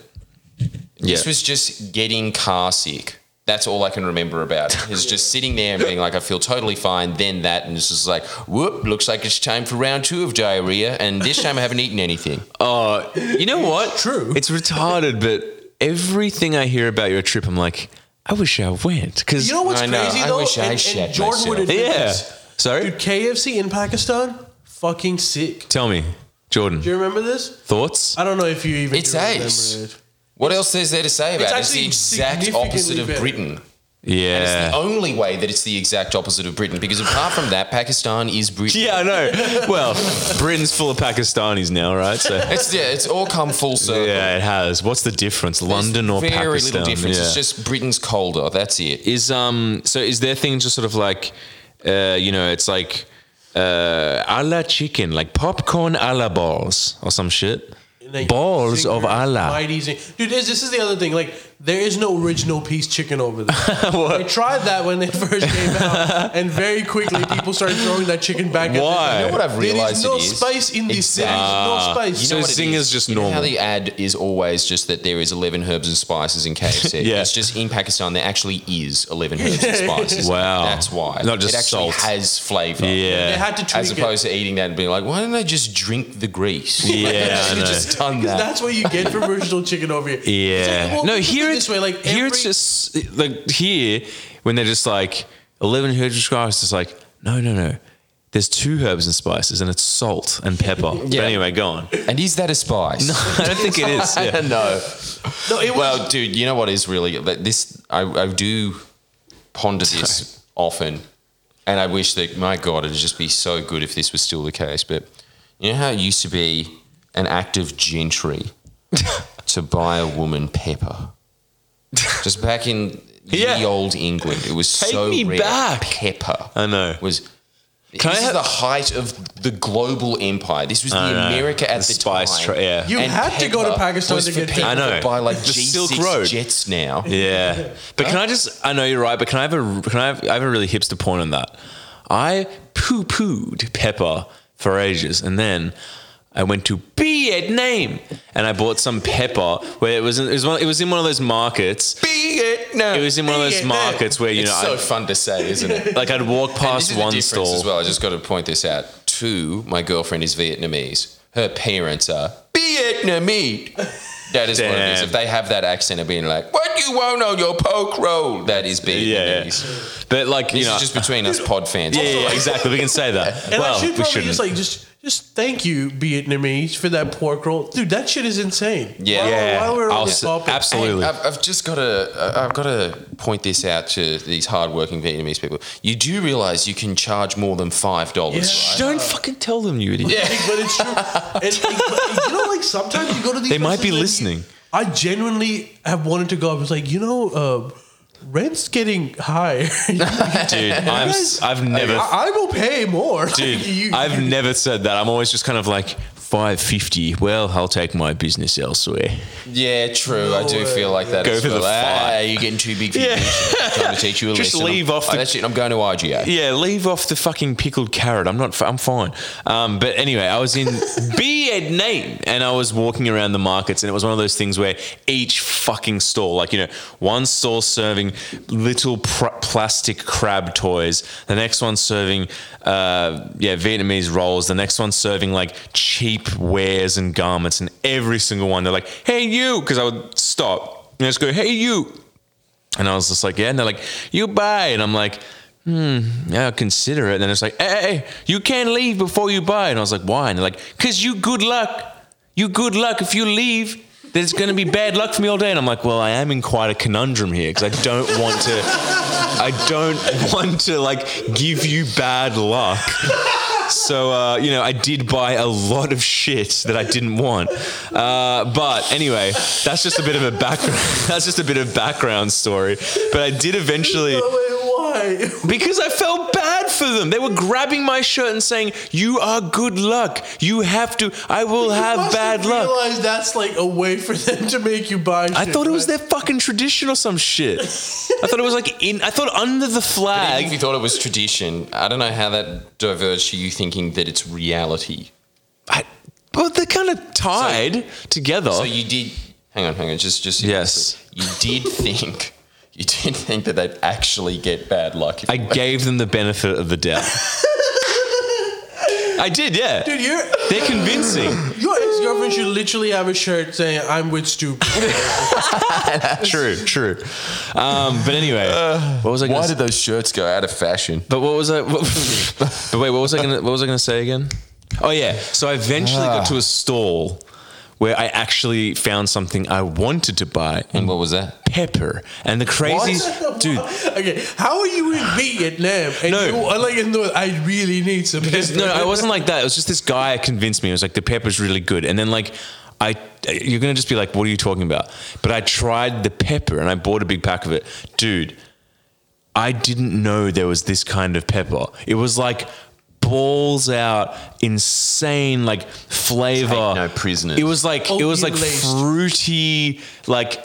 C: This
B: Yeah.
C: was just getting car sick. That's all I can remember about it. Is just sitting there and being like, I feel totally fine. Then that, and it's just like, whoop, looks like it's time for round two of diarrhea. And this time I haven't eaten anything.
B: Uh, you know what?
A: true.
B: It's retarded, but everything I hear about your trip, I'm like, I wish I went because
A: You know what's
C: I know.
A: crazy
C: I
A: though?
C: wish I
A: and,
C: shat
A: and Jordan would
C: myself.
A: admit
B: yeah.
A: this.
B: Sorry,
A: Dude, KFC in Pakistan, fucking sick.
B: tell me, Jordan,
A: Do you remember this?
B: thoughts?
A: I don't know if you even
C: It's
A: do remember
C: ace.
A: it.
C: What else is there to say about it? It's the
A: actually
C: exact
A: significantly
C: opposite of
A: better.
C: Britain. It's the
B: Yeah.
C: only way that it's the exact opposite of Britain because apart from that, Pakistan is Britain.
B: Yeah, I know. Well, Britain's full of Pakistanis now, right? So
C: It's yeah, it's all come full circle.
B: yeah, it has. What's the difference,
C: There's
B: London or
C: very
B: Pakistan?
C: little difference.
B: Yeah.
C: It's just Britain's colder. That's it.
B: is um. So is their thing just sort of like, uh, you know, it's like uh, a la chicken, like popcorn a la balls or some shit.
A: And they-
B: Balls
A: Zingers,
B: of Allah.
A: Mighty zing- Dude, this, this is the other thing. Like, there is no original piece chicken over there.
B: What?
A: I tried that when it first came out, and very quickly people started throwing that chicken back at
B: Why? Ah,
A: them.
B: You know
C: what I've realised
A: There is no
C: it is?
A: spice in this. There is no spice.
B: So
C: what it
B: Zinger's
C: is?
B: just
C: You know how
B: normal.
C: the ad is always just that there is 11 herbs and spices in KFC.
B: Yeah.
C: It's just in Pakistan, there actually is 11 herbs and spices.
B: Wow.
C: That's why.
B: Not just
C: it actually
B: salt.
C: has flavor.
B: Yeah.
A: They had to tweak
C: As
A: it.
C: opposed to eating that and being like, why didn't I just drink the grease?
B: Yeah,
C: Like, I
B: I
C: should have
B: know.
C: just done that.
A: That's what you get from original chicken over here. It's
B: Yeah.
A: like, well,
B: no,
A: look at
B: here
A: it
B: it's
A: this way. Like
B: here it's
A: every-
B: just like here when they're just like eleven herbs and spices. It's like no, no, no. There's two herbs and spices, and it's salt and pepper. But
C: Yeah.
B: anyway, go on.
C: And is that a spice?
B: I don't think it is. Yeah.
C: no.
A: No, it was.
C: Well, dude, you know what is really but this I, I do ponder this often, and I wish that my God, it'd just be so good if this was still the case. But you know how it used to be an act of gentry to buy a woman pepper, just back in
B: Yeah.
C: ye old England, it was
B: Take
C: so
B: me
C: rare.
B: back.
C: Pepper
B: I know.
C: was.
B: Can I
C: this is
B: have-
C: the height of the global empire. This was the
B: I know.
C: America at
B: The
C: the,
B: spice
C: time.
B: tra- yeah.
A: You had to go to
C: pepper
A: Pakistan
C: was
A: to
C: for
A: get
C: people
A: pepper.
B: I know.
C: that Buy like
B: The
C: G6
B: Silk Road.
C: jets now.
B: Yeah, but can I just? I know you're right, but can I have a? Can I have? I have a really hipster point on that. I poo pooed pepper for ages, and then I went to Vietnam and I bought some pepper where it was. In, it was. One, it was in one of those markets.
C: Vietnam.
B: It was in one of those
A: Vietnam.
B: markets where you
C: it's
B: know,
C: so fun to say, isn't
B: I,
C: it?
B: like I'd walk
C: This
B: past
C: is the
B: one
C: difference
B: store.
C: as well. I just got to point this out. Two, my girlfriend is Vietnamese. Her parents are Vietnamese. That is what it is.
B: Damn.
C: If they have that accent of being like, "What you want on your poke roll?" That is Vietnamese.
B: Yeah, yeah. but like you
C: This
B: know,
C: is just between us pod fans.
B: yeah, yeah, yeah, exactly. We can say that.
A: And
B: well,
A: I should
B: we
A: probably
B: shouldn't.
A: just like just just thank you Vietnamese for that pork roll, dude. That shit is insane.
C: Yeah.
A: Why-
B: yeah,
A: why we're on
B: I'll
A: the
B: s-
A: topic-
B: absolutely.
C: I've, I've just got to. I've got to point this out to these hardworking Vietnamese people. You do realize you can charge more than five dollars,
A: Yeah.
C: right?
B: Don't fucking tell them, you idiot.
A: Like, but it's true. And, like, but, you know, like sometimes you go to these.
B: They might be
A: places and you-
B: listening.
A: I genuinely have wanted to go. I was like, you know, uh, rent's getting high.
B: Dude, I'm, s- I've never.
A: I, I will pay more.
B: Dude,
A: Like, you-
B: I've never said that. I'm always just kind of like five fifty. Well, I'll take my business elsewhere.
C: Yeah, true. I do feel like that.
B: Go
C: as
B: for the
C: well. Ah,
B: fight.
C: you're getting too big for
B: Yeah.
C: your boots. I'm Trying to teach you a
B: Just
C: lesson.
B: leave
C: I'm,
B: off
C: Oh,
B: the-
C: that's it. I'm going to IGA.
B: Yeah, leave off the fucking pickled carrot. I'm not. f- I'm fine. Um, but anyway, I was in Vietnam and I was walking around the markets, and it was one of those things where each fucking stall, like you know, one stall serving little pr- plastic crab toys, the next one serving uh, yeah Vietnamese rolls, the next one serving like cheap wares and garments, and every single one they're like, "Hey you," because I would stop and just go, "Hey you." And I was just like, yeah. And they're like, you buy. And I'm like, hmm, yeah, I'll consider it. And then it's like, hey, hey, hey, you can't leave before you buy. And I was like, why? And they're like, because you good luck. You good luck. If you leave, there's going to be bad luck for me all day. And I'm like, well, I am in quite a conundrum here because I don't want to, I don't want to like give you bad luck. So, uh, you know, I did buy a lot of shit that I didn't want. Uh, but anyway, that's just a bit of a background. That's just a bit of background story. But I did eventually.
A: Oh, wait, why?
B: Because I felt bad for them. They were grabbing my shirt and saying, "You are good luck. You have to. I will have bad luck."
A: Realize that's like a way for them to make you buy.
B: I
A: shit,
B: thought it was
A: right?
B: their fucking tradition or some shit. I thought it was like in. I thought under the
C: Even if
B: flag.
C: you thought it was tradition, I don't know how that diverged to you thinking that it's reality.
B: I, well, they're kind of tied together.
C: So you did. Hang on, hang on. Just, just.
B: Yes.
C: You did think. You did think that they'd actually get bad luck. If
B: I gave them the benefit of the doubt. I did, yeah.
A: Dude, your
B: They're convincing.
A: your ex girlfriend should literally have a shirt saying "I'm with stupid."
B: true, true. Um, but anyway,
C: Uh,
B: what was I? Gonna
C: Why
B: s-
C: did those shirts go out of fashion?
B: But what was I? What, but wait, what was I gonna? What was I gonna say again? Oh yeah. So I eventually got to a stall where I actually found something I wanted to buy
C: And
B: and
C: what was that?
B: pepper and the crazy dude.
A: okay, how are you in Vietnam? And
B: No.
A: you are like in the I really need some.
B: Because no, I wasn't like that. It was just this guy convinced me. It was like the pepper's really good, and then like I, you're gonna just be like, what are you talking about? But I tried the pepper and I bought a big pack of it, dude. I didn't know there was this kind of pepper. It was like balls out, insane like flavor.
C: Take no prisoners.
B: It was like it was like
A: Opium-laced.
B: fruity, like.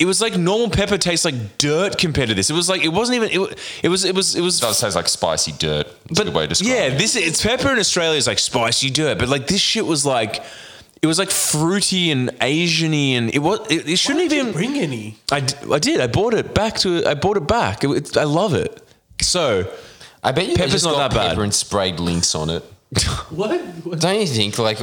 B: It was like normal pepper tastes like dirt compared to this. It was like it wasn't even it. wa- It was it was it was
C: It does taste like spicy dirt. That's a good way to describe
B: yeah,
C: it.
B: this it's pepper in Australia is like spicy dirt, but like this shit was like it was like fruity and Asiany, and it was it, it shouldn't
A: did you
B: even.
A: bring any.
B: I, d- I did. I bought it back to. I bought it back. It, it- I love it. So
C: I bet you they
B: Pepper's
C: just
B: not
C: got
B: that bad.
C: pepper and sprayed links on it.
A: What? what?
C: Don't you think? Like,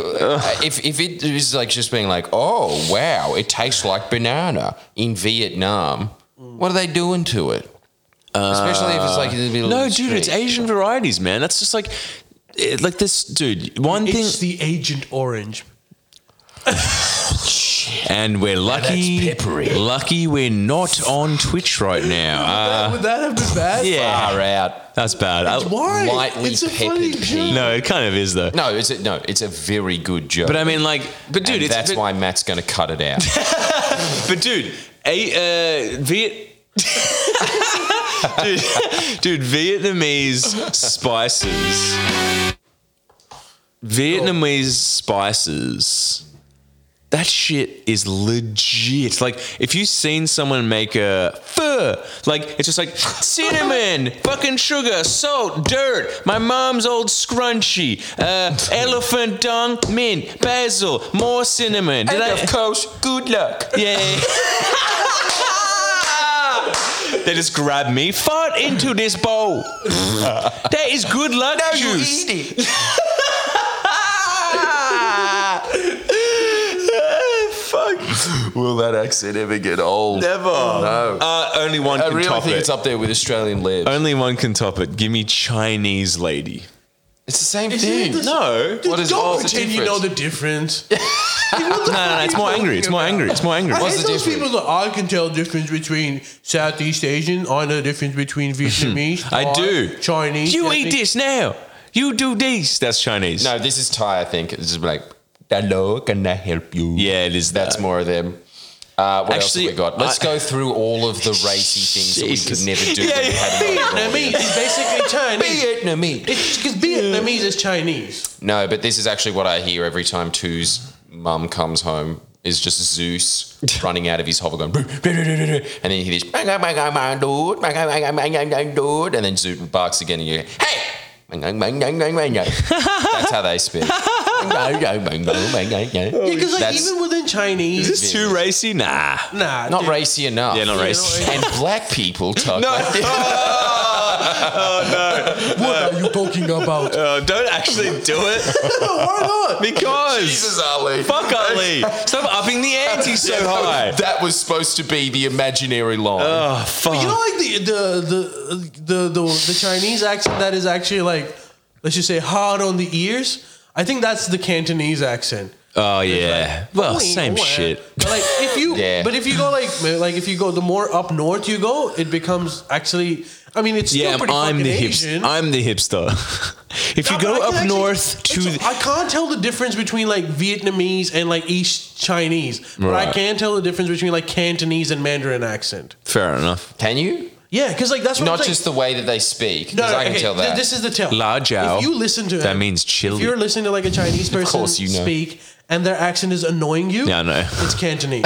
C: if if it is like just being like, oh wow, it tastes like banana in Vietnam. What are they doing to it? Especially if it's like in the middle.
B: no,
C: of the
B: dude, it's
C: street.
B: Asian varieties, man. That's just like it- like this dude. One thing,
A: It's the Agent Orange.
B: and we're lucky.
C: peppery.
B: Lucky we're not on Twitch right now. Uh,
A: Would that have been bad?
B: yeah,
C: Far out.
B: that's bad. I-
A: Why?
C: Lightly
A: it's a funny
C: peppered
A: joke.
B: no, it kind of is though.
C: No, it's a, no, it's a very good joke.
B: But I mean, like, but dude,
C: And
B: it's,
C: that's
B: but,
C: why Matt's going to cut it out.
B: But dude, a, uh, Viet. dude, dude, Vietnamese spices. Vietnamese spices. That shit is legit. Like, if you've seen someone make a pho, like, it's just like cinnamon, fucking sugar, salt, dirt, my mom's old scrunchie, uh, elephant dung, mint, basil, more cinnamon. Did
C: and
B: I-
C: of course, good luck.
B: Yay. they just grab me, fart into this bowl. that is good luck juice.
C: eat it.
B: Fuck.
C: Will that accent ever get old?
B: Never.
C: No.
B: Uh, only one
C: I
B: can
C: really
B: top
C: think
B: it.
C: it's up there with Australian libs.
B: only one can top it. Give me Chinese lady.
C: It's the same
A: Isn't it
C: thing.
A: the-
B: No.
A: Dude,
C: What is-
A: don't
C: what's the
A: pretend you know
C: difference?
A: the difference.
B: No, no, no, it's more angry. It's more angry. It's more angry.
A: I
C: What's
A: hate
C: the
A: those
C: difference?
A: people that I can tell the difference between Southeast Asian. I know the difference between Vietnamese.
B: I
A: Thai,
B: do.
A: Chinese.
B: You
A: I
B: eat
A: think-
B: this now. You do this. That's Chinese.
C: No, this is Thai, I think. It's just like, hello, can I help you?
B: Yeah, it is
C: That's
B: that.
C: more of them. Uh,
B: Actually,
C: what else have we got? Let's
B: I-
C: go through all of the racy
B: Jesus.
C: things that we could never do.
B: Yeah,
C: that we had an
A: Vietnamese is basically Chinese.
C: Vietnamese.
A: Because Vietnamese is Chinese.
C: No, but this is actually what I hear every time Two's mum comes home is just Zeus running out of his hovel going, "Boo, boo, boo, boo, boo," and then you hear this, "Bang, bang, bang, bang, dude, bang, bang, bang, bang, bang, bang, dude," and then Zeus barks again and you go, hey! Bang, bang, bang, bang, bang, bang, bang. That's how they speak. Bang, bang, bang, bang, bang, bang, bang.
A: Yeah, because like
C: Oh, That's
A: even within Chinese,
B: Is this too racy? Nah.
A: nah,
C: not
A: dude.
C: racy enough.
B: Yeah, not
A: You know,
B: racy.
A: like,
C: And black people talk
B: No.
C: like this.
A: what are you talking about?
B: Uh, don't actually do it
A: Why not?
B: because
C: Jesus, Ali.
B: fuck Ali. Stop upping the ante so high.
C: That was supposed to be the imaginary line.
B: Oh fuck.
A: You know, like the the the the the, the Chinese accent that is actually like, let's just say hard on the ears. I think that's the Cantonese accent.
B: oh yeah. Well,
A: Wait,
B: same
A: what?
B: shit.
A: But like if you,
C: Yeah.
A: but if you go like like if you go the more up north you go, it becomes actually. I mean, it's
B: Yeah,
A: still
B: I'm,
A: pretty
B: I'm
A: fucking
B: the
A: Asian.
B: hipster. I'm the hipster. if you
A: No, but
B: go
A: I
B: up
A: can actually-
B: north to
A: it's-
B: the,
A: I can't tell the difference between like Vietnamese and like East Chinese, but I
B: Right.
A: can tell the difference between like Cantonese and Mandarin accent.
B: fair enough.
C: Can you?
A: Yeah, because like that's what
C: Not
A: I'm saying.
C: just the way that they speak,
A: No,
C: because
A: no,
C: I can
A: okay,
C: tell
A: th-
C: that.
A: this is the tell.
B: La jiao.
A: If you listen to
B: That
A: him,
B: means chili.
A: If you're listening to like a Chinese person
C: course you know.
A: speak and their accent is annoying you,
B: Yeah, I know.
A: it's Cantonese.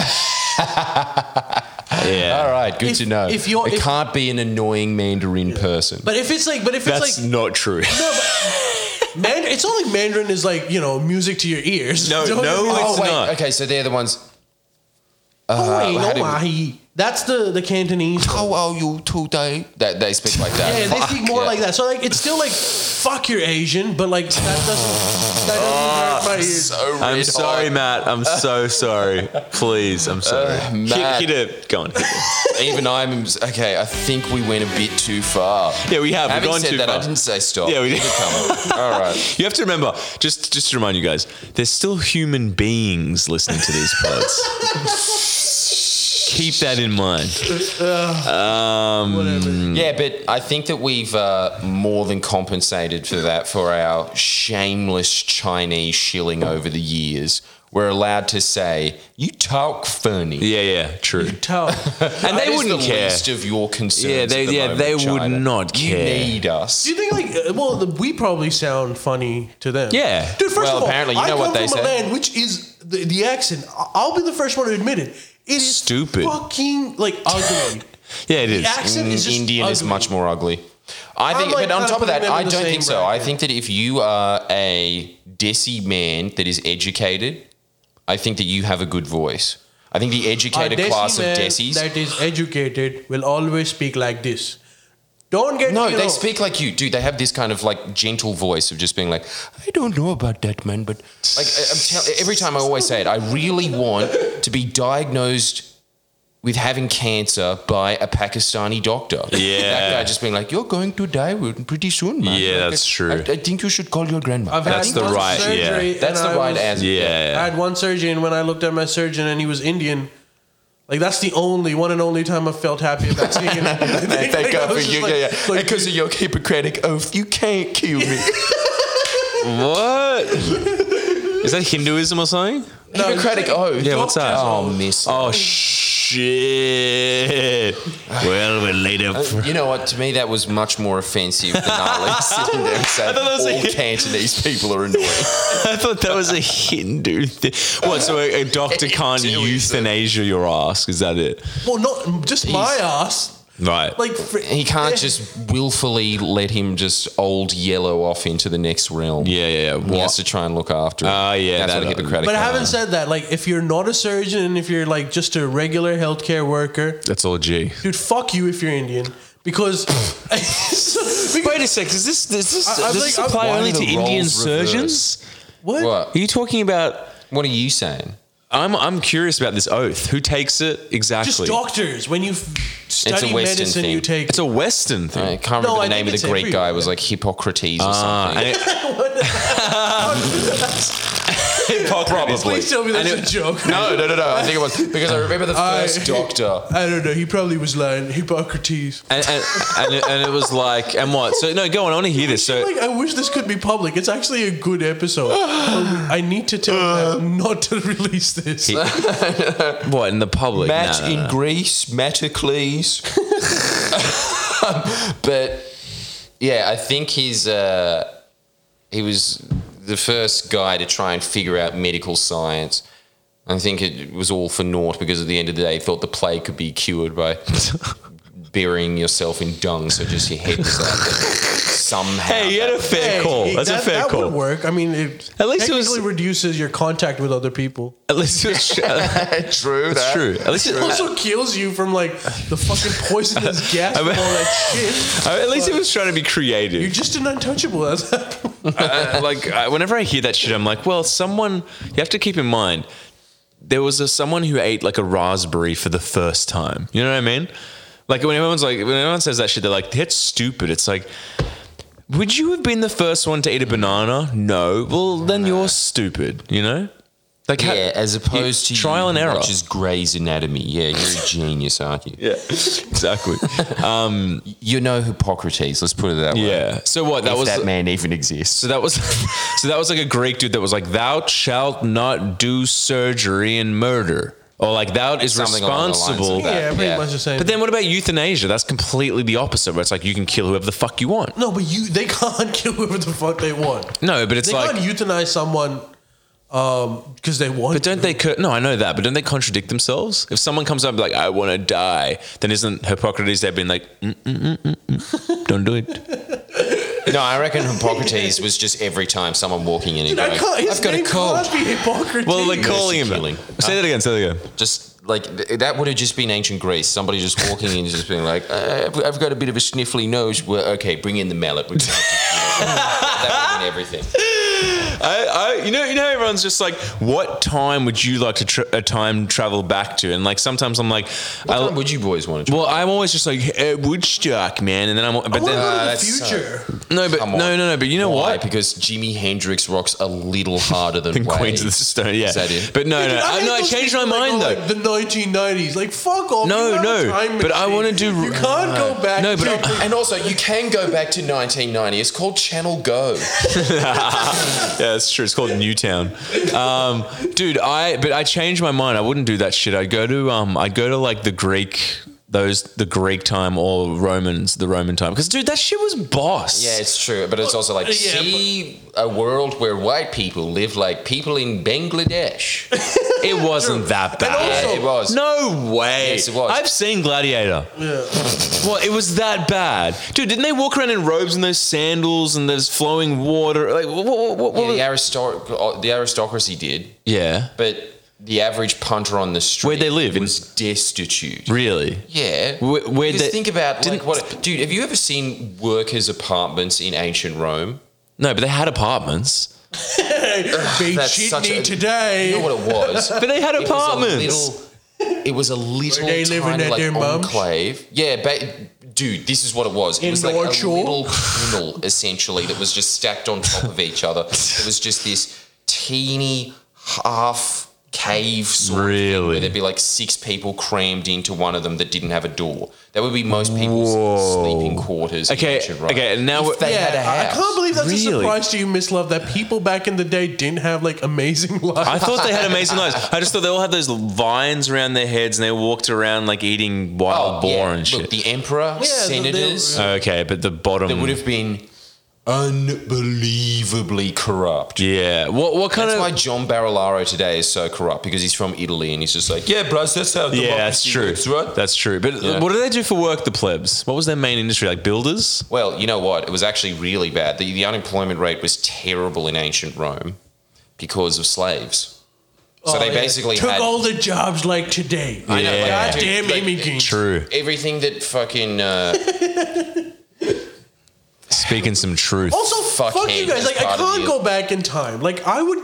B: Yeah.
C: All right, good
A: If-
C: to know.
A: if you're-
C: it
A: if-
C: can't be an annoying Mandarin person.
A: But if it's like, but if it's
B: That's
A: like
B: not true.
A: No, but Mand- it's not like Mandarin is like you know music to your ears.
B: No,
A: Don't
B: no,
A: get me
B: it's
A: wrong.
C: oh wait,
B: not.
C: okay, so they're the ones.
A: Oh,
C: uh, how
A: wait,
C: do
A: no,
C: we-
A: I- that's the the Cantonese.
C: How are you today? That they speak like that.
A: yeah, they speak
C: Fuck,
A: more
C: yeah.
A: like that. So like it's still like fuck you're Asian, but like that doesn't that doesn't hurt my ears.
C: So
B: I'm
C: red
B: sorry,
C: hot.
B: Matt. I'm so sorry. Please, I'm sorry.
C: Matt.
B: Hit, hit it. Go on. Hit it.
C: Even I'm okay. I think we went a bit too far.
B: Yeah, we have. We've
C: Having
B: gone
C: said
B: too
C: that,
B: far.
C: I didn't say stop.
B: Yeah, we did.
C: Come on. All right.
B: You have to remember, just just to remind you guys, there's still human beings listening to these pods. Keep that in mind. Um, Mm.
A: Whatever.
C: Yeah, but I think that we've uh, more than compensated for that for our shameless Chinese shilling over the years. We're allowed to say, "You talk funny,"
B: Yeah, yeah, true.
A: Tough.
B: And
C: That
B: they
C: is
B: wouldn't
C: the
B: care.
C: Least of your concerns.
B: Yeah, they-
C: at the
B: yeah,
C: moment,
B: they would
C: China.
B: not care.
C: You need us.
A: Do you think like uh, well the, we probably sound funny to them?
B: Yeah.
A: dude. First
C: Well,
A: of all,
C: apparently, you
A: I
C: know
A: come
C: what they
A: from a
C: say.
A: land which is the, the accent. I- I'll be the first one to admit it. It is
B: Stupid.
A: fucking like ugly.
B: Yeah, it is.
A: Yeah. accent is just
C: Mm, Indian is
A: ugly.
C: much more ugly. I think,
A: like
C: but on
A: kinda
C: top of that,
A: putting them
C: I
A: in the
C: don't
A: same
C: think so. I
A: bracket.
C: think that if you are a desi man that is educated, I think that you have a good voice. I think the
A: A
C: educated
A: Desi
C: class of
A: man
C: desis.
A: that is educated will always speak like this. Don't get
C: No,
A: me
C: they
A: wrong.
C: speak like you, dude. They have this kind of like gentle voice of just being like, I don't know about that, man, but like I, I'm tell- every time I always say it, I really want to be diagnosed with having cancer by a Pakistani doctor.
B: Yeah.
C: That guy just being like, you're going to die pretty soon, man.
B: Yeah,
C: Like,
B: that's
C: I-
B: true.
C: I, I think you should call your grandma.
A: I've had
B: That's the
A: one
B: right- yeah.
A: surgery and
C: That's the
A: I
C: right
A: was-
C: answer.
B: Yeah.
A: I had one surgery, and when I looked at my surgeon, and he was Indian. Like that's the only one and only time I felt happy about seeing him.
C: Thank
A: Like, I
C: God for
A: was just
C: you.
A: like-
C: yeah, yeah.
A: like,
C: because of your Hippocratic oath, you can't kill me.
B: What? Is that Hinduism or something?
C: Hippocratic oath.
B: Yeah, what's that?
C: Oh, miss.
B: Oh shit! Well, we're laid up. for-
C: You know what? To me, that was much more offensive than Ali sitting there and saying
B: thought that was a
C: all
B: hit."
C: Cantonese people are annoying.
B: I thought that was a Hindu thing. What? So a, a doctor can't
C: Hinduism.
B: euthanasia your ass? Is that it?
A: well, not just my ass.
B: Right.
A: Like fr- eh,
C: He can't
A: Yeah.
C: just willfully let him just old yellow off into the next realm.
B: yeah, yeah, yeah.
C: He
B: What?
C: has to try and look after it.
B: Ah, yeah,
C: That's
B: that-
C: what a Hippocratic
A: But
C: oath
A: having
C: is.
A: said that, like if you're not a surgeon and if you're like just a regular healthcare worker,
B: That's all G.
A: dude, fuck you if you're Indian because. because
B: Wait a sec. Does this does this,
A: I- I
B: does
A: was
B: this
A: like, I-
B: apply
A: why
B: only
C: do
B: to
C: the
B: Indian
C: roles
B: surgeons?
A: what?
C: What?
B: Are you talking about?
C: What are you saying?
B: I'm I'm curious about this oath. Who takes it exactly?
A: Just doctors. When you f- study
C: Western
A: medicine,
C: thing.
A: you take.
B: it's a Western thing.
C: I can't
A: No,
C: remember
A: I
C: the name
A: think
C: of the
A: it's
C: Greek
A: everywhere.
C: guy. It was like Hippocrates or
B: Ah,
C: something.
B: and it- Probably.
A: Please tell me that's
B: And it-
A: a joke.
C: No, no, no, no. I think it was because I remember the
A: I-
C: first doctor.
A: I don't know. He probably was lying. Hippocrates.
B: and and, and, it, and it was like and what? So no, go on. I want to hear this. So
A: Like, I wish this could be public. It's actually a good episode. Um, I need to tell
C: Uh.
A: them not to release this.
B: what in the public?
C: Matt
B: No, no,
C: in
B: no.
C: Greece, Matacles. but yeah, I think he's uh, he was the first guy to try and figure out medical science. I think it was all for naught because at the end of the day, he thought the plague could be cured by burying yourself in dung, so just your head was out there somehow.
B: Hey, you had a fair
A: Hey,
B: call. That's
A: that,
B: a fair
A: that
B: call.
A: would work. I mean, it
B: At least it was-
A: technically reduces your contact with other people.
B: At least it was that's
C: true. That's
B: true. At least it,
A: It also kills you from like the fucking poisonous gas and all that shit.
B: at least it was trying to be creative.
A: You're just an untouchable. That's that
B: I- Uh, like I, whenever I hear that shit, I'm like, well, someone you have to keep in mind. There was a, someone who ate like a raspberry for the first time. You know what I mean? Like when everyone's like, when everyone says that shit, they're like, that's stupid. It's like, would you have been the first one to eat a banana? No. Well, then you're stupid. You know? Like, how-
C: Yeah, as opposed
B: you-
C: to
B: trial
C: you,
B: and error.
C: which is Grey's Anatomy. Yeah, you're a genius, aren't you?
B: yeah, exactly.
C: You know Hippocrates. Let's put it that way.
B: yeah. So what? That
C: if
B: was
C: that man even exists.
B: So that was so that was like a Greek dude that was like, "Thou shalt not do surgery and murder," or like, "Thou is
C: Something along the lines of
B: responsible."
C: that.
A: yeah, pretty
C: yeah.
A: much the same.
B: But then what about euthanasia? That's completely the opposite. Where it's like you can kill whoever the fuck you want.
A: no, but you they can't kill whoever the fuck they want.
B: No, but it's
A: They
B: like,
A: can't euthanize someone because they want.
B: but don't they? Co- no, I know that, but don't they contradict themselves? If someone comes up like, "I want to die," then isn't Hippocrates there being like, mm, mm, mm, mm, mm, "Don't do it."
C: No, I reckon Hippocrates was just every time someone walking in and
A: Dude, I
C: going,
A: can't, his
C: I've got a
A: name
C: cold.
A: can't be Hippocrates.
B: Well, like calling
C: mercy
B: him.
C: killing.
B: Say that again. Say that again.
C: Just like th- that would have just been ancient Greece. Somebody just walking in and just being like, uh, I've- I've got a bit of a sniffly nose. Well, okay, bring in the mallet. We're gonna have to- that would have been everything.
B: I, I, you know, you know, everyone's just like, what time would you like to tra- a time travel back to? And like sometimes I'm like, I,
C: What would you boys want to try?
B: well, I'm always just like eh, Woodstock, man, and then I'm, but
A: I want
B: then
A: to
C: Ah,
A: go to the
C: that's, uh,
A: future.
B: no, but
C: Come
B: no,
C: on.
B: no, no, but you know
C: Why?
B: what?
C: Because Jimi Hendrix rocks a little harder than Wayne.
B: Queens of the Stone, yeah.
C: Is that it?
B: But no,
A: Dude,
B: no, I,
A: hate
B: no, I
A: those
B: changed my
A: people that
B: mind
A: go,
B: though.
A: like, the 1990s, like fuck off.
B: No,
A: you have a
B: no,
A: time
B: but I
A: machine.
B: wanna do- Uh,
A: You can't go back.
B: No, but
A: to-
B: I-
C: And also, you can go back to 1990. It's called Channel Go.
B: yeah, that's true. It's called Newtown, um, dude. I but I changed my mind. I wouldn't do that shit. I'd go to um, I'd go to like the Greek. Those the Greek time or Romans the Roman time because dude that shit was boss
C: Yeah, it's true, but it's also like
A: yeah,
C: see a world where white people live like people in Bangladesh.
B: It wasn't that bad.
C: yeah, it was.
B: no way.
C: Yes, it was.
B: I've seen Gladiator.
A: yeah.
B: Well, it was that bad, dude. Didn't they walk around in robes and those sandals and those flowing water? Like, what? what, what,
C: Yeah,
B: what-
C: the, aristoc- uh, the aristocracy did,
B: yeah.
C: but the average punter on the street
B: Where'd they live? In-
C: was destitute.
B: Really?
C: Yeah.
B: Where- where'd
C: Because
B: they-
C: think about like
B: didn't-
C: what dude, have you ever seen workers' apartments in ancient Rome?
B: No, but they had apartments.
A: Hey, Beat
C: That's such
A: Sydney
C: a-
A: today.
C: You know what it was?
B: But they had
C: It was a
B: apartments.
C: little- It was a little
A: they living
C: tiny
A: at
C: like
A: their mum's?
C: enclave. Yeah, but dude, this is what it was. It
A: In
C: was like a
A: North Shore?
C: little tunnel essentially that was just stacked on top of each other. It was just this teeny half cave sort of thing where
B: Really?
C: there'd be like six people crammed into one of them that didn't have a door. That would be most people's
B: Whoa.
C: sleeping quarters. in
B: Okay,
C: Orchard Road.
B: okay, and now
C: if
B: we're-
C: they had a
A: I-
C: house.
A: I can't believe that's a
B: Really?
A: surprise to you, Miss Love, that people back in the day didn't have like amazing lives.
B: I thought they had amazing lives. I just thought they all had those vines around their heads and they walked around like eating wild boar
C: Oh, yeah.
B: and shit.
C: Look, the emperor,
A: they-
C: senators,
B: okay, but the bottom.
C: would have been unbelievably corrupt.
B: yeah. What what kind
C: That's
B: of
C: why John Barilaro today is so corrupt because he's from Italy and he's just like, yeah, bros, that's how
B: Yeah, that's
C: democracy
B: true.
C: works, right?
B: That's true. But
C: Yeah.
B: what do they do for work, the plebs? What was their main industry? Like builders?
C: Well, you know what? It was actually really bad. The, the unemployment rate was terrible in ancient Rome because of slaves. So
A: Oh,
C: they
A: yeah.
C: basically
A: took
C: had
A: all the jobs like today.
B: I know, like,
A: God
C: dude,
A: damn
C: like,
A: Amy Green.
B: True.
C: everything that fucking. Uh,
B: Speaking some truth.
A: Also,
C: Fuck
A: fuck, you
C: him,
A: guys.
C: that's
A: Like, I
C: part of
A: can't
C: you.
A: go back in time. Like, I would,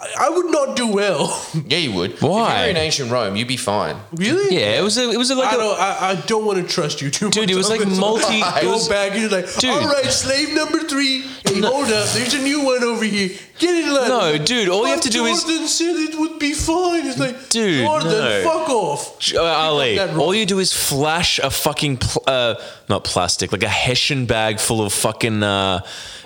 A: I- I would not do well.
C: yeah, you would. If
B: Why?
C: you were in ancient Rome, you'd be fine.
A: really?
B: yeah, it was a, it was a, like
A: I
B: a,
A: don't. I, I don't want to trust you too much.
B: Dude, it was
A: on
B: like
A: this.
B: multi- it
A: Go
B: was-
A: back and you're like,
B: Dude.
A: all right, slave number three. Hey, hold up, there's a new one over here. Get in line.
B: No, dude, all you have
A: "But
B: to do is-
A: Jordan said it would be fine. It's like,
B: Dude,
A: Jordan,
B: no.
A: fuck off.
B: Uh, Ali,
A: that wrong.
B: all you do is flash a fucking pl- uh, not plastic, like a Hessian bag full of fucking uh,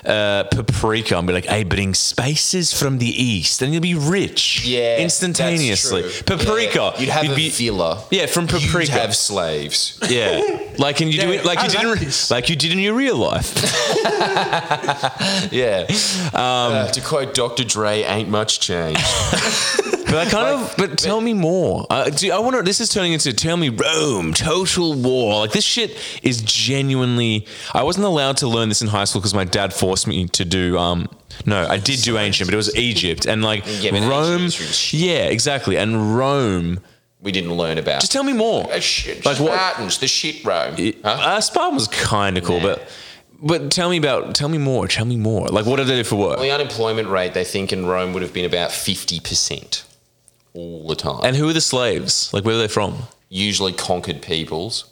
B: uh, paprika, and be like, "I bring spices from the east," and you'll be rich,
C: Yeah,
B: instantaneously.
C: that's true.
B: Paprika,
C: Yeah. You'd have a
B: be,
C: villa.
B: yeah, from paprika.
C: You'd have slaves.
B: yeah, like and you do
A: Yeah,
B: it like you
A: I
B: did
A: like
B: in,
A: this.
B: like you did in your real life.
C: Yeah.
B: Um,
C: Uh, to quote Dr. Dre, ain't much change.
B: But I kind of. But tell me more. Uh, do, I wonder. This is turning into tell me Rome, total war. Like this shit is genuinely. I wasn't allowed to learn this in high school because my dad forced me to do. Um, no, I did do ancient, but it was Egypt and like
C: Yeah, but ancient
B: Rome.
C: history was shit.
B: Yeah, exactly. And Rome.
C: we didn't learn about.
B: Just tell me more.
C: Uh, shit,
B: Like what?
C: Spartans, the shit Rome. huh?
B: Uh, Spartan was kind of cool,
C: Nah.
B: but but tell me about. Tell me more. Tell me more. Like what did they do for work?
C: The unemployment rate they think in Rome would have been about fifty percent all the time.
B: And who were the slaves? Like where were they from?
C: usually conquered peoples.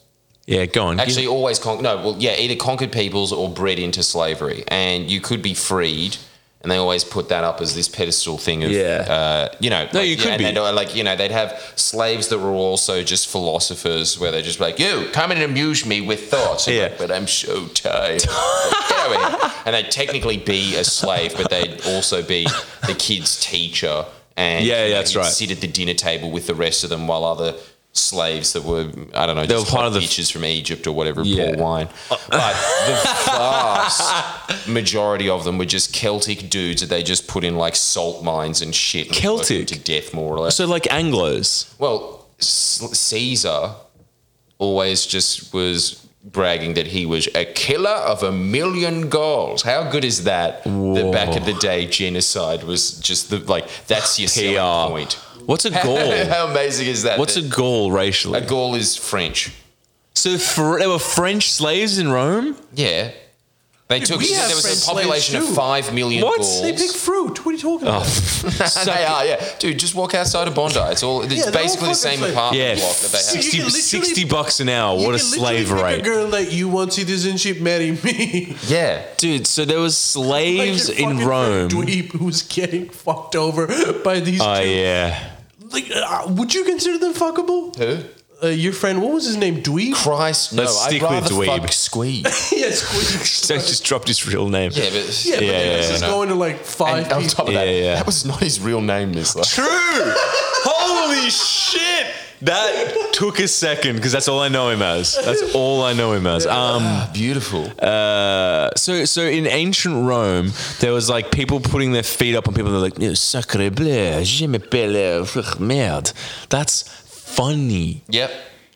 B: Yeah, go on.
C: Actually, always con- no. Well, yeah, either conquered peoples or bred into slavery, and you could be freed. And they always put that up as this pedestal thing of,
B: Yeah.
C: uh, you know,
B: No,
C: like,
B: you
C: yeah,
B: could
C: and
B: be.
C: they'd, like you know they'd have slaves that were also just philosophers, where they're just like, "You come and amuse me with thoughts," And
B: Yeah.
C: like, but I'm so tired. Get over here. And they'd technically be a slave, but they'd also be the kid's teacher. And
B: Yeah, yeah,
C: you know,
B: that's
C: he'd
B: right.
C: Sit at the dinner table with the rest of them while other slaves that were I don't know
B: They were
C: just
B: part
C: hot
B: of the-
C: bitches from Egypt or whatever
B: Yeah. Uh,
C: pour wine. But the vast majority of them were just Celtic dudes that they just put in like salt mines and shit. and worked them
B: Celtic?
C: to death more or less.
B: so like Anglo's.
C: Well, S- Caesar always just was bragging that he was a killer of a million Gauls. How good is that? That back in the day, genocide was just the like that's your selling
B: PR.
C: point.
B: What's a goal?
C: How amazing is that?
B: Oh. What's a
C: that
B: goal racially?
C: a Gaul is French.
B: so for, there were French slaves in Rome.
C: Yeah. They took
A: we have
C: there was
A: French
C: a
A: slaves
C: population of
A: too.
C: five million
B: What?
C: Gauls.
A: They pick fruit. What are you talking
B: Oh,
A: about?
C: And they are, yeah. Dude, just walk outside of Bondi. It's all it's
A: Yeah, they're all
C: basically
A: fucking
C: the same
A: slaves.
C: apartment
B: Yeah,
C: block that they have.
A: You
B: 60,
A: can literally-
B: 60 bucks an hour.
A: You
B: What a
A: can literally
B: slave
A: pick
B: rate,
A: A girl that you want citizenship, marry me.
C: Yeah.
B: dude. So there was
A: Like
B: slaves
A: your
B: in
A: fucking
B: Rome.
A: Dweeb who's getting fucked over by these.
B: Oh
A: two.
B: yeah,
A: Like, uh, would you consider them fuckable?
C: Who?
A: Uh, your friend, what was his name? Dweeb.
C: Christ, no.
B: Let's
C: I'd
B: stick with
C: rather
B: dweeb.
C: fuck Squeeb.
A: yes, Dweeb.
B: so I just dropped his real name.
C: Yeah, but
A: Yeah, but
B: Yeah,
A: then
B: yeah,
A: this is
B: yeah.
A: going to like five
C: and on
A: people.
C: top of that,
B: Yeah, yeah.
C: that was not his real name, Miss Love.
B: True. Holy shit! That took a second because that's all I know him as. That's all I know him as. Um.
C: Ah, Beautiful.
B: Uh, so so in ancient Rome, there was like people putting their feet up on people. They're like, "Oh, "Sacre bleu, je m'appelle ugh, merde." That's funny.
C: yep.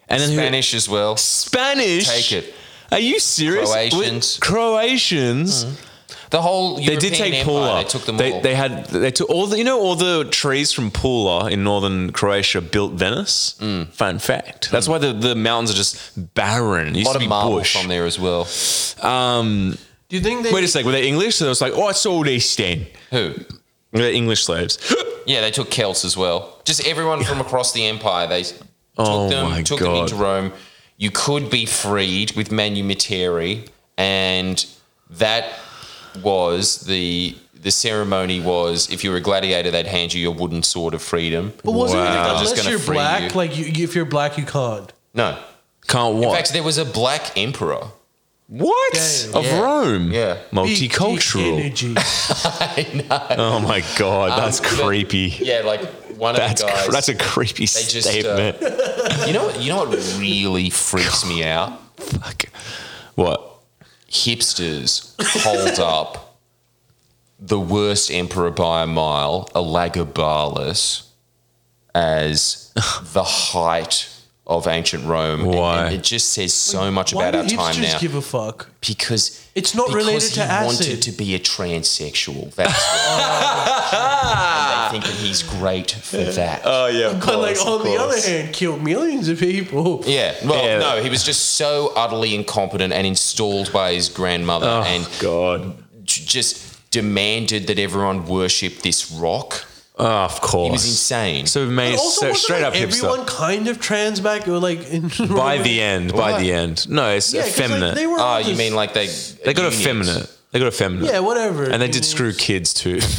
B: And then who-
C: Spanish as well.
B: Spanish.
C: Take it.
B: Are you serious? With
C: Croatians.
B: Croatians.
C: The whole
B: They
C: European
B: did take
C: Empire,
B: Pula.
C: They took them
B: they,
C: all.
B: they had they took all the you know all the trees from Pula in northern Croatia built Venice.
C: Hmm.
B: Fun fact. That's why the, the mountains are just barren. It
C: a
B: used
C: Hmm. lot
B: to
C: of
B: be
C: marble
B: bush.
C: from there as well.
B: Um,
A: Do you think they?
B: wait a sec. Were they English? So it was like, oh, it's all East End.
C: Who?
B: They're English slaves.
C: Yeah, they took Celts as well. Just everyone from across the empire. They
B: Oh
C: took them,
B: my
C: took them
B: God.
C: into Rome. You could be freed with manumiteri, and that was the the ceremony was if you were a gladiator, they'd hand you your wooden sword of freedom.
A: But wasn't
B: Wow.
A: it
B: I'm
A: like,
C: just
A: unless
C: gonna
A: you're
C: free
A: black,
C: you.
A: like you, you- if you're black, you can't.
C: No,
B: Can't
C: in
B: what?
C: fact, there was a black emperor.
B: what?
A: Damn.
B: Of
C: Yeah.
B: Rome.
C: Yeah.
A: Big dick
B: Multicultural.
A: energy.
B: Oh my God. That's
C: Um, but-
B: creepy.
C: Yeah, like one
B: That's,
C: of the
B: cr-
C: guys.
B: that's a creepy
C: just, uh,
B: statement.
C: you know what? You know what really freaks me out?
B: Fuck. What?
C: Hipsters hold up the worst emperor by a mile, Elagabalus, as the height of ancient Rome. And-
B: Why?
C: And it just says so much
A: Why
C: about
A: do
C: our time
A: hipsters
C: now.
A: give a fuck?
C: because
A: It's not
C: because
A: related to
C: he
A: acid.
C: wanted to be a transsexual. That's why.
A: Oh.
C: and they think that he's great for that.
B: yeah.
A: But like on the other
C: Oh, course.
A: hand, killed millions of people.
C: Yeah. Well,
B: Yeah.
C: no, he was just so utterly incompetent and installed by his grandmother
B: Oh,
C: and
B: God.
C: j- just demanded that everyone worship this rock.
B: Oh, of course.
C: He was insane.
B: So we made
A: But also,
B: so
A: wasn't,
B: uh, straight
A: like,
B: up
A: everyone
B: hipster.
A: kind of trans back or like in
B: By the end, by
C: Why?
B: the end. No, it's
A: yeah, 'cause, like,
B: effeminate.
A: they were.
C: oh,
A: all
C: you
A: just-
C: mean like they
B: they got
C: unions.
B: effeminate. They got effeminate.
A: Yeah, whatever.
B: And they
A: You
B: did
A: know.
B: screw kids too.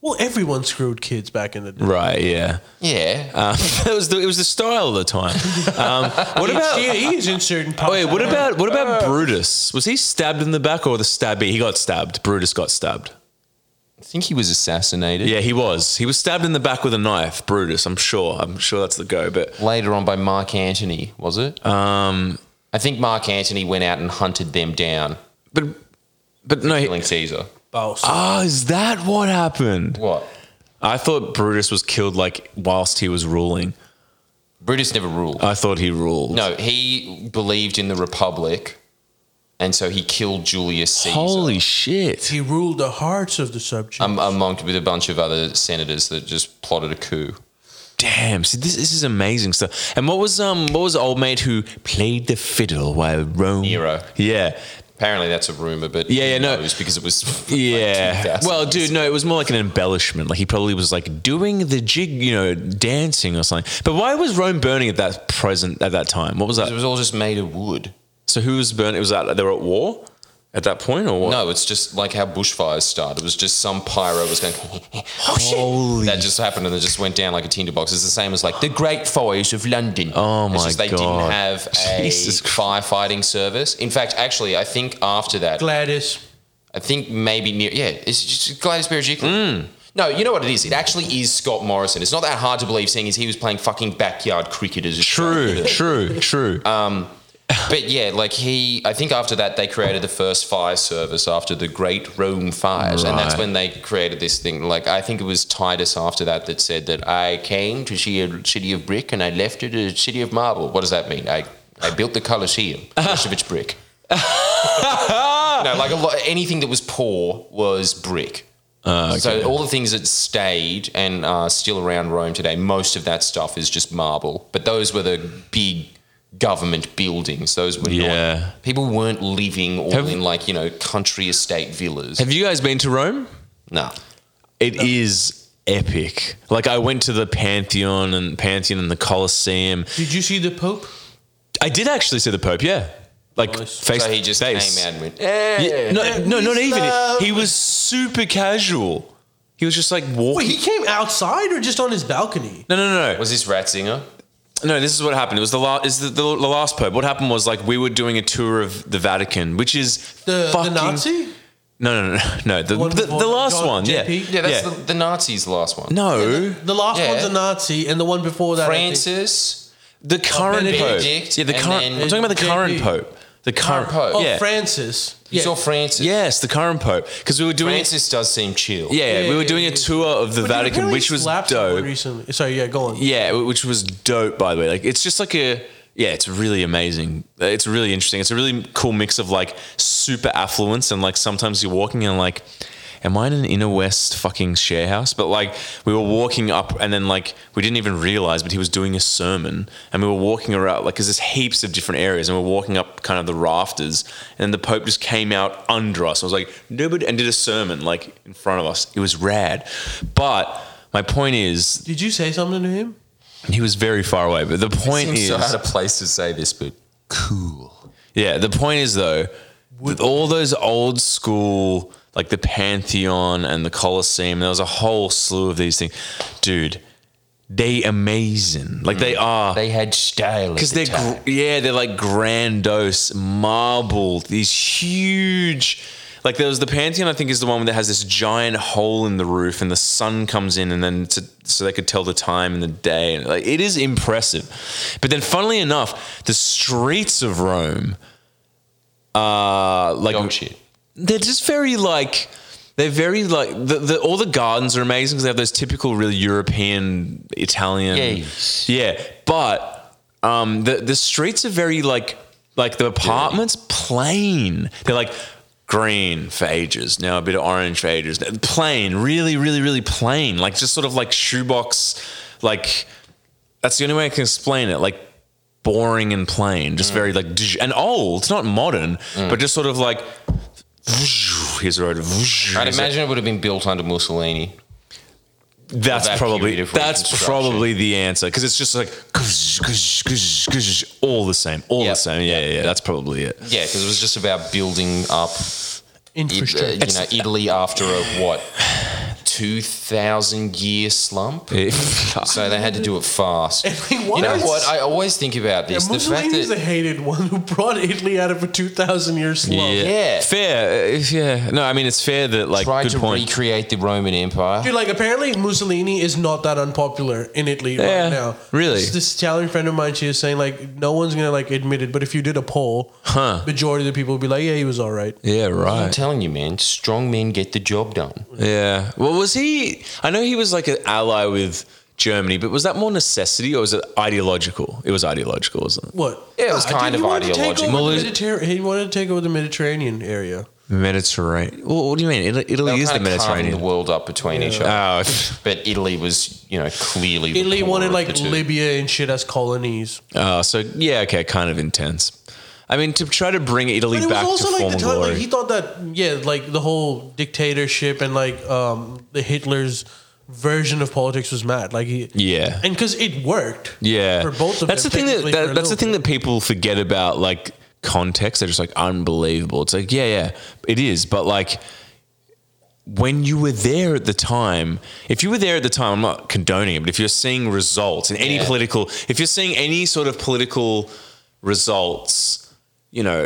A: Well, everyone screwed kids back in the day.
B: right, yeah.
C: Yeah.
B: Um, it was the, it was the style of the time. Um, what about Oh,
A: Yeah, he is in certain.
B: wait? What about what about Brutus? Was he stabbed in the back or the stabby? He got stabbed. Brutus got stabbed.
C: I think he was assassinated
B: Yeah, he was. He was stabbed in the back with a knife. Brutus. I'm sure. I'm sure that's the go. But
C: later on by Mark Antony, was it?
B: um,
C: I think Mark Antony went out and hunted them down,
B: but but no. He,
C: killing Caesar.
A: Boss.
B: oh, is that what happened?
C: What?
B: I thought Brutus was killed like whilst he was ruling.
C: Brutus never ruled.
B: I thought he ruled.
C: No, he believed in the Republic, and so he killed Julius Caesar.
B: Holy shit.
A: he ruled the hearts of the subjects.
C: um, among with a bunch of other senators that just plotted a coup.
B: Damn, see, this, this is amazing stuff. And what was um what was the old mate who played the fiddle while Rome?
C: Nero.
B: Yeah,
C: Apparently, that's a rumor, but
B: Yeah,
C: who
B: yeah, no.
C: knows, because it was
B: yeah.
C: 2000s.
B: well, dude, no, it was more like an embellishment. Like he probably was like doing the jig, you know, dancing or something. But why was Rome burning at that present at that time? What was
C: it
B: that?
C: was all just made of wood.
B: So who was burning? It was that they were at war at that point, or what?
C: No, it's just like how bushfires start. It was just some pyro was going.
B: Oh, shit. Holy-
C: That just happened and it just went down like a tinderbox. It's the same as like the Great Fires of London.
B: Oh,
C: It's
B: my
C: just they
B: God.
C: didn't have a
B: Jesus Christ.
C: firefighting service. In fact, actually, I think after that,
A: Gladys.
C: I think maybe near. Yeah, it's just Gladys Berejiklian.
B: Hmm.
C: No, you know what it is. It actually is Scott Morrison. It's not that hard to believe, seeing as he was playing fucking backyard cricket as a
B: True, true, true.
C: But yeah, like he, I think after that they created the first fire service after the Great Rome Fires, and that's
B: Right.
C: when they created this thing. Like I think it was Titus after that that said that I came to see a city of brick and I left it a city of marble. What does that mean? I I built the Colosseum, much of it's brick. no, like a lot, anything that was poor was brick.
B: Ah,
C: So all the things that stayed and are still around Rome today, most of that stuff is just marble. But those were the big government buildings. Those were
B: Yeah.
C: not people weren't living all
B: Have-
C: in like you know country estate villas.
B: Have you guys been to Rome?
C: no,
B: It is epic. Like I went to the Pantheon and Pantheon and the Colosseum.
A: Did you see the Pope?
B: I did actually see the Pope. Yeah, like
A: Nice.
B: face.
C: so he just
B: face.
C: came out and went. Eh.
B: Yeah, no, no, not
A: Islam.
B: even. He was super casual. He was just like
A: Wait,
B: walking.
A: he came outside or just on his balcony?
B: no, no, no, no.
C: Was this Ratzinger?
B: No, this is what happened. It was the last. Is the, the, the last pope? What happened was like we were doing a tour of the Vatican, which is
A: The, the
B: fucking,
A: Nazi?
B: No, no, no, no. no the,
A: one
B: the,
A: before
B: the last
A: John
B: one.
A: JP?
B: Yeah,
C: Yeah, that's
B: Yeah.
C: The, the Nazis' last one.
B: no.
A: The last
C: Yeah.
A: one's a Nazi, and the one before that. I think-
C: Francis.
B: the current
A: Benedict,
B: pope. Yeah, the
C: and
B: current.
C: then
B: I'm talking about the
A: JP.
B: current pope. The current,
C: pope.
A: Oh,
B: Yeah.
A: Francis.
C: You
A: Yeah.
C: saw Francis.
B: Yes, the current pope. Because we were doing.
C: Francis does seem chill.
B: Yeah,
A: Yeah,
B: we were
A: yeah,
B: doing
A: yeah,
B: a
A: yeah.
B: tour of the
A: But he
B: Vatican,
A: apparently
B: which was
A: slapped someone
B: dope.
A: Recently. Sorry, yeah, go on.
B: Yeah, which was dope, by the way. Like, it's just like a. Yeah, it's really amazing. It's really interesting. It's a really cool mix of like super affluence and like sometimes you're walking and like, am I in an inner west fucking share house? But like we were walking up and then like we didn't even realize, but he was doing a sermon and we were walking around like because there's heaps of different areas and we're walking up kind of the rafters and the Pope just came out under us. I was like, nobody, and did a sermon like in front of us. It was rad. But my point is,
A: Did you say something to him?
B: He was very far away, but the point
C: Seems
B: is,
C: so out of place to say this, but cool.
B: yeah, the point is though, with all those old school, like the Pantheon and the Colosseum, there was a whole slew of these things, dude. They amazing, like
C: Mm.
B: they are.
C: They had style at
B: Because
C: the
B: they're
C: time.
B: gr- yeah, they're like grandiose marble. These huge, like there was the Pantheon. I think is the one that has this giant hole in the roof, and the sun comes in, and then to, so they could tell the time and the day. And like it is impressive, but then funnily enough, the streets of Rome are like
C: Dog shit.
B: they're just very like they're very like the, the all the gardens are amazing because they have those typical really European Italian
C: Yes.
B: yeah but um the the streets are very like like the apartments plain they're like green for ages now a bit of orange for ages plain really really really plain like just sort of like shoebox like that's the only way I can explain it like boring and plain
C: Mm.
B: just very like and old it's not modern but just sort of like here's a road.
C: I'd
B: Here's a-
C: imagine it would have been built under Mussolini.
B: that's
C: that
B: probably
C: period of
B: that's
C: reconstruction.
B: probably the answer because it's just like all the same, all
C: Yep.
B: the same. Yeah, yeah, yeah. That's probably it.
C: Yeah, because it was just about building up, it, uh,
A: Infrastructure.
C: you know, Italy after a what, two thousand year slump. So they had to do it fast.
A: why
C: you know
A: is-
C: what? I always think about
A: Yeah,
C: this. the fact
A: Mussolini's the
C: that
A: hated one who brought Italy out of a 2,000 year slump.
C: Yeah.
B: fair. uh, Yeah, no, I mean it's fair that like
C: tried
B: good
C: to
B: point.
C: recreate the Roman Empire.
A: Dude, like apparently Mussolini is not that unpopular in Italy
B: Yeah,
A: right now.
B: really?
A: This, this Italian friend of mine, she is saying like no one's gonna like admit it, but if you did a poll,
B: Huh.
A: majority of the people would be like, yeah, he was all right.
B: yeah,
C: I'm
B: right.
C: telling you, man, strong men get the job done.
B: Yeah. Well, was he? I know he was like an ally with Germany, but was that more necessity or was it ideological? It was ideological, wasn't it?
A: What?
C: Yeah, it was
A: Nah,
C: kind
A: he
C: of
A: wanted to take over
C: ideological.
A: the Mediter- he wanted to take over the Mediterranean area.
B: Mediterranean. Well, what do you mean? Italy,
C: They
B: Italy
C: were
B: is the
C: kinda carving
B: Mediterranean.
C: the world up between each other.
B: Oh,
C: But Italy was, you know, clearly the
A: Italy
C: poorer
A: wanted
C: of
A: like
C: the two.
A: Libya and shit as colonies.
B: oh, so yeah, okay, kind of intense. I mean, to try to bring Italy
A: But it was
B: back to
A: also like
B: former
A: the time
B: glory.
A: like he thought that yeah, like the whole dictatorship and like um the Hitler's version of politics was mad. Like he
B: Yeah.
A: And because it worked.
B: yeah,
A: For both of
B: that's
A: them,
B: the thing that,
A: technically for
B: that
A: a
B: that's the
A: little
B: thing that people forget about like context. They're just like unbelievable. It's like yeah, yeah, it is, but like when you were there at the time, if you were there at the time, I'm not condoning it, but if you're seeing results in any
C: Yeah.
B: political, if you're seeing any sort of political results, you know,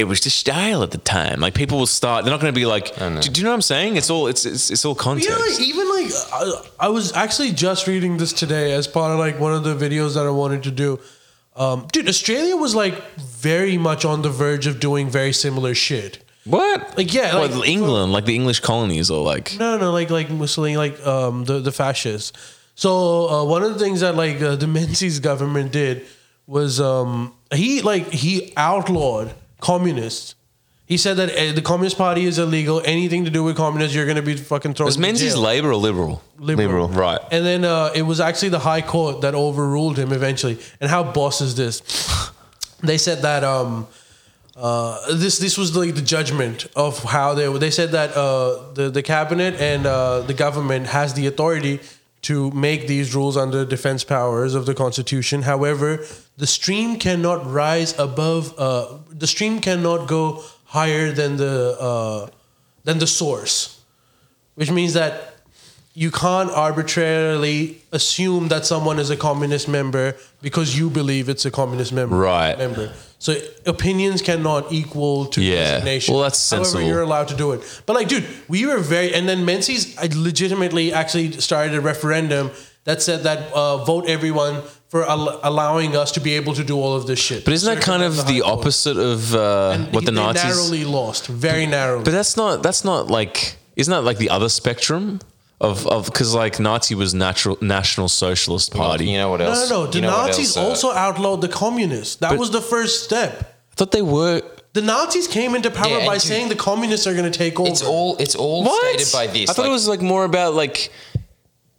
B: it was just style at the time. Like people will start, they're not going to be like, do, do you know what I'm saying? It's all, it's, it's, it's all
A: But
B: context.
A: Yeah, like even like I, I was actually just reading this today as part of like one of the videos that I wanted to do. Um, dude, Australia was like very much on the verge of doing very similar shit.
B: what?
A: Like yeah, like
B: Well, England, like the English colonies or like,
A: no, no, like like Mussolini, like um the the fascists. So uh, one of the things that like uh, the Menzies government did was um he like he outlawed communists. He said that uh, the Communist Party is illegal. Anything to do with communists, you're going to be fucking thrown.
B: was
A: into
B: Menzies
A: jail.
B: Labour or Liberal?
A: Liberal.
B: Right.
A: And then uh, it was actually the High Court that overruled him eventually. And how boss is this? They said that um, uh, this this was like the judgment of how they were. They said that uh, the the cabinet and uh, the government has the authority to make these rules under defense powers of the Constitution. However, the stream cannot rise above. Uh, the stream cannot go higher than the uh, than the source which means that you can't arbitrarily assume that someone is a communist member because you believe it's a communist member.
B: Right.
A: Member. So opinions cannot equal to
B: Yeah.
A: designation.
B: Well, that's sensible.
A: However, you're allowed to do it. But like, dude, we were very, and then Menzies I legitimately actually started a referendum that said that uh, vote everyone for al- allowing us to be able to do all of this shit.
B: But isn't that kind of the opposite of uh, what the Nazis?
A: narrowly lost, very narrowly.
B: But that's not that's not like isn't that like the other spectrum of of because like Nazi was natural National Socialist Party.
C: You know what
A: No,
C: else?
A: no, no. The
C: you know what
A: Nazis
C: else, uh,
A: also outlawed the communists. That
B: But-
A: was the first step.
B: I thought they were.
A: The Nazis came into power
C: Yeah, and
A: by
C: dude-
A: saying the communists are going to take over.
C: It's all it's all
B: What?
C: stated by this.
B: I thought
C: like,
B: it was like more about like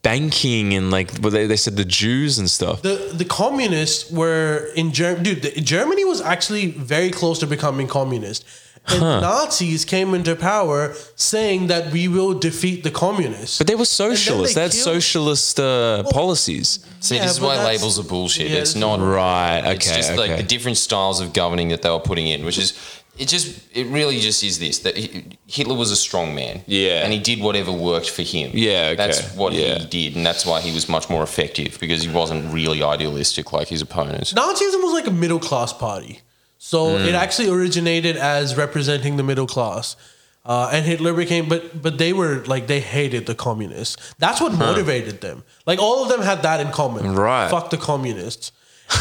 B: banking and like well, they they said the Jews and stuff.
A: the the communists were in Germany. Dude, the, Germany was actually very close to becoming communist, and Nazis came into power saying that we will defeat the communists.
B: But they were socialists. They,
A: they
B: had
A: killed-
B: socialist uh, policies.
C: See,
A: Yeah,
C: this is
A: but
C: why
A: that's-
C: labels are bullshit.
A: yeah,
C: it's
A: this is
C: not
B: Right. Okay.
C: It's just
B: okay.
C: like the different styles of governing that they were putting in, which is it just it really just is this that Hi- Hitler was a strong man,
B: Yeah.
C: and he did whatever worked for him.
B: Yeah, okay,
C: that's what
B: yeah.
C: he did, and that's why he was much more effective because he wasn't really idealistic like his opponents.
A: Nazism was like a middle class party. So
B: Mm.
A: it actually originated as representing the middle class. Uh, and Hitler became, but but they were like they hated the communists. That's what motivated them. Like all of them had that in common.
B: Right.
A: Fuck the communists.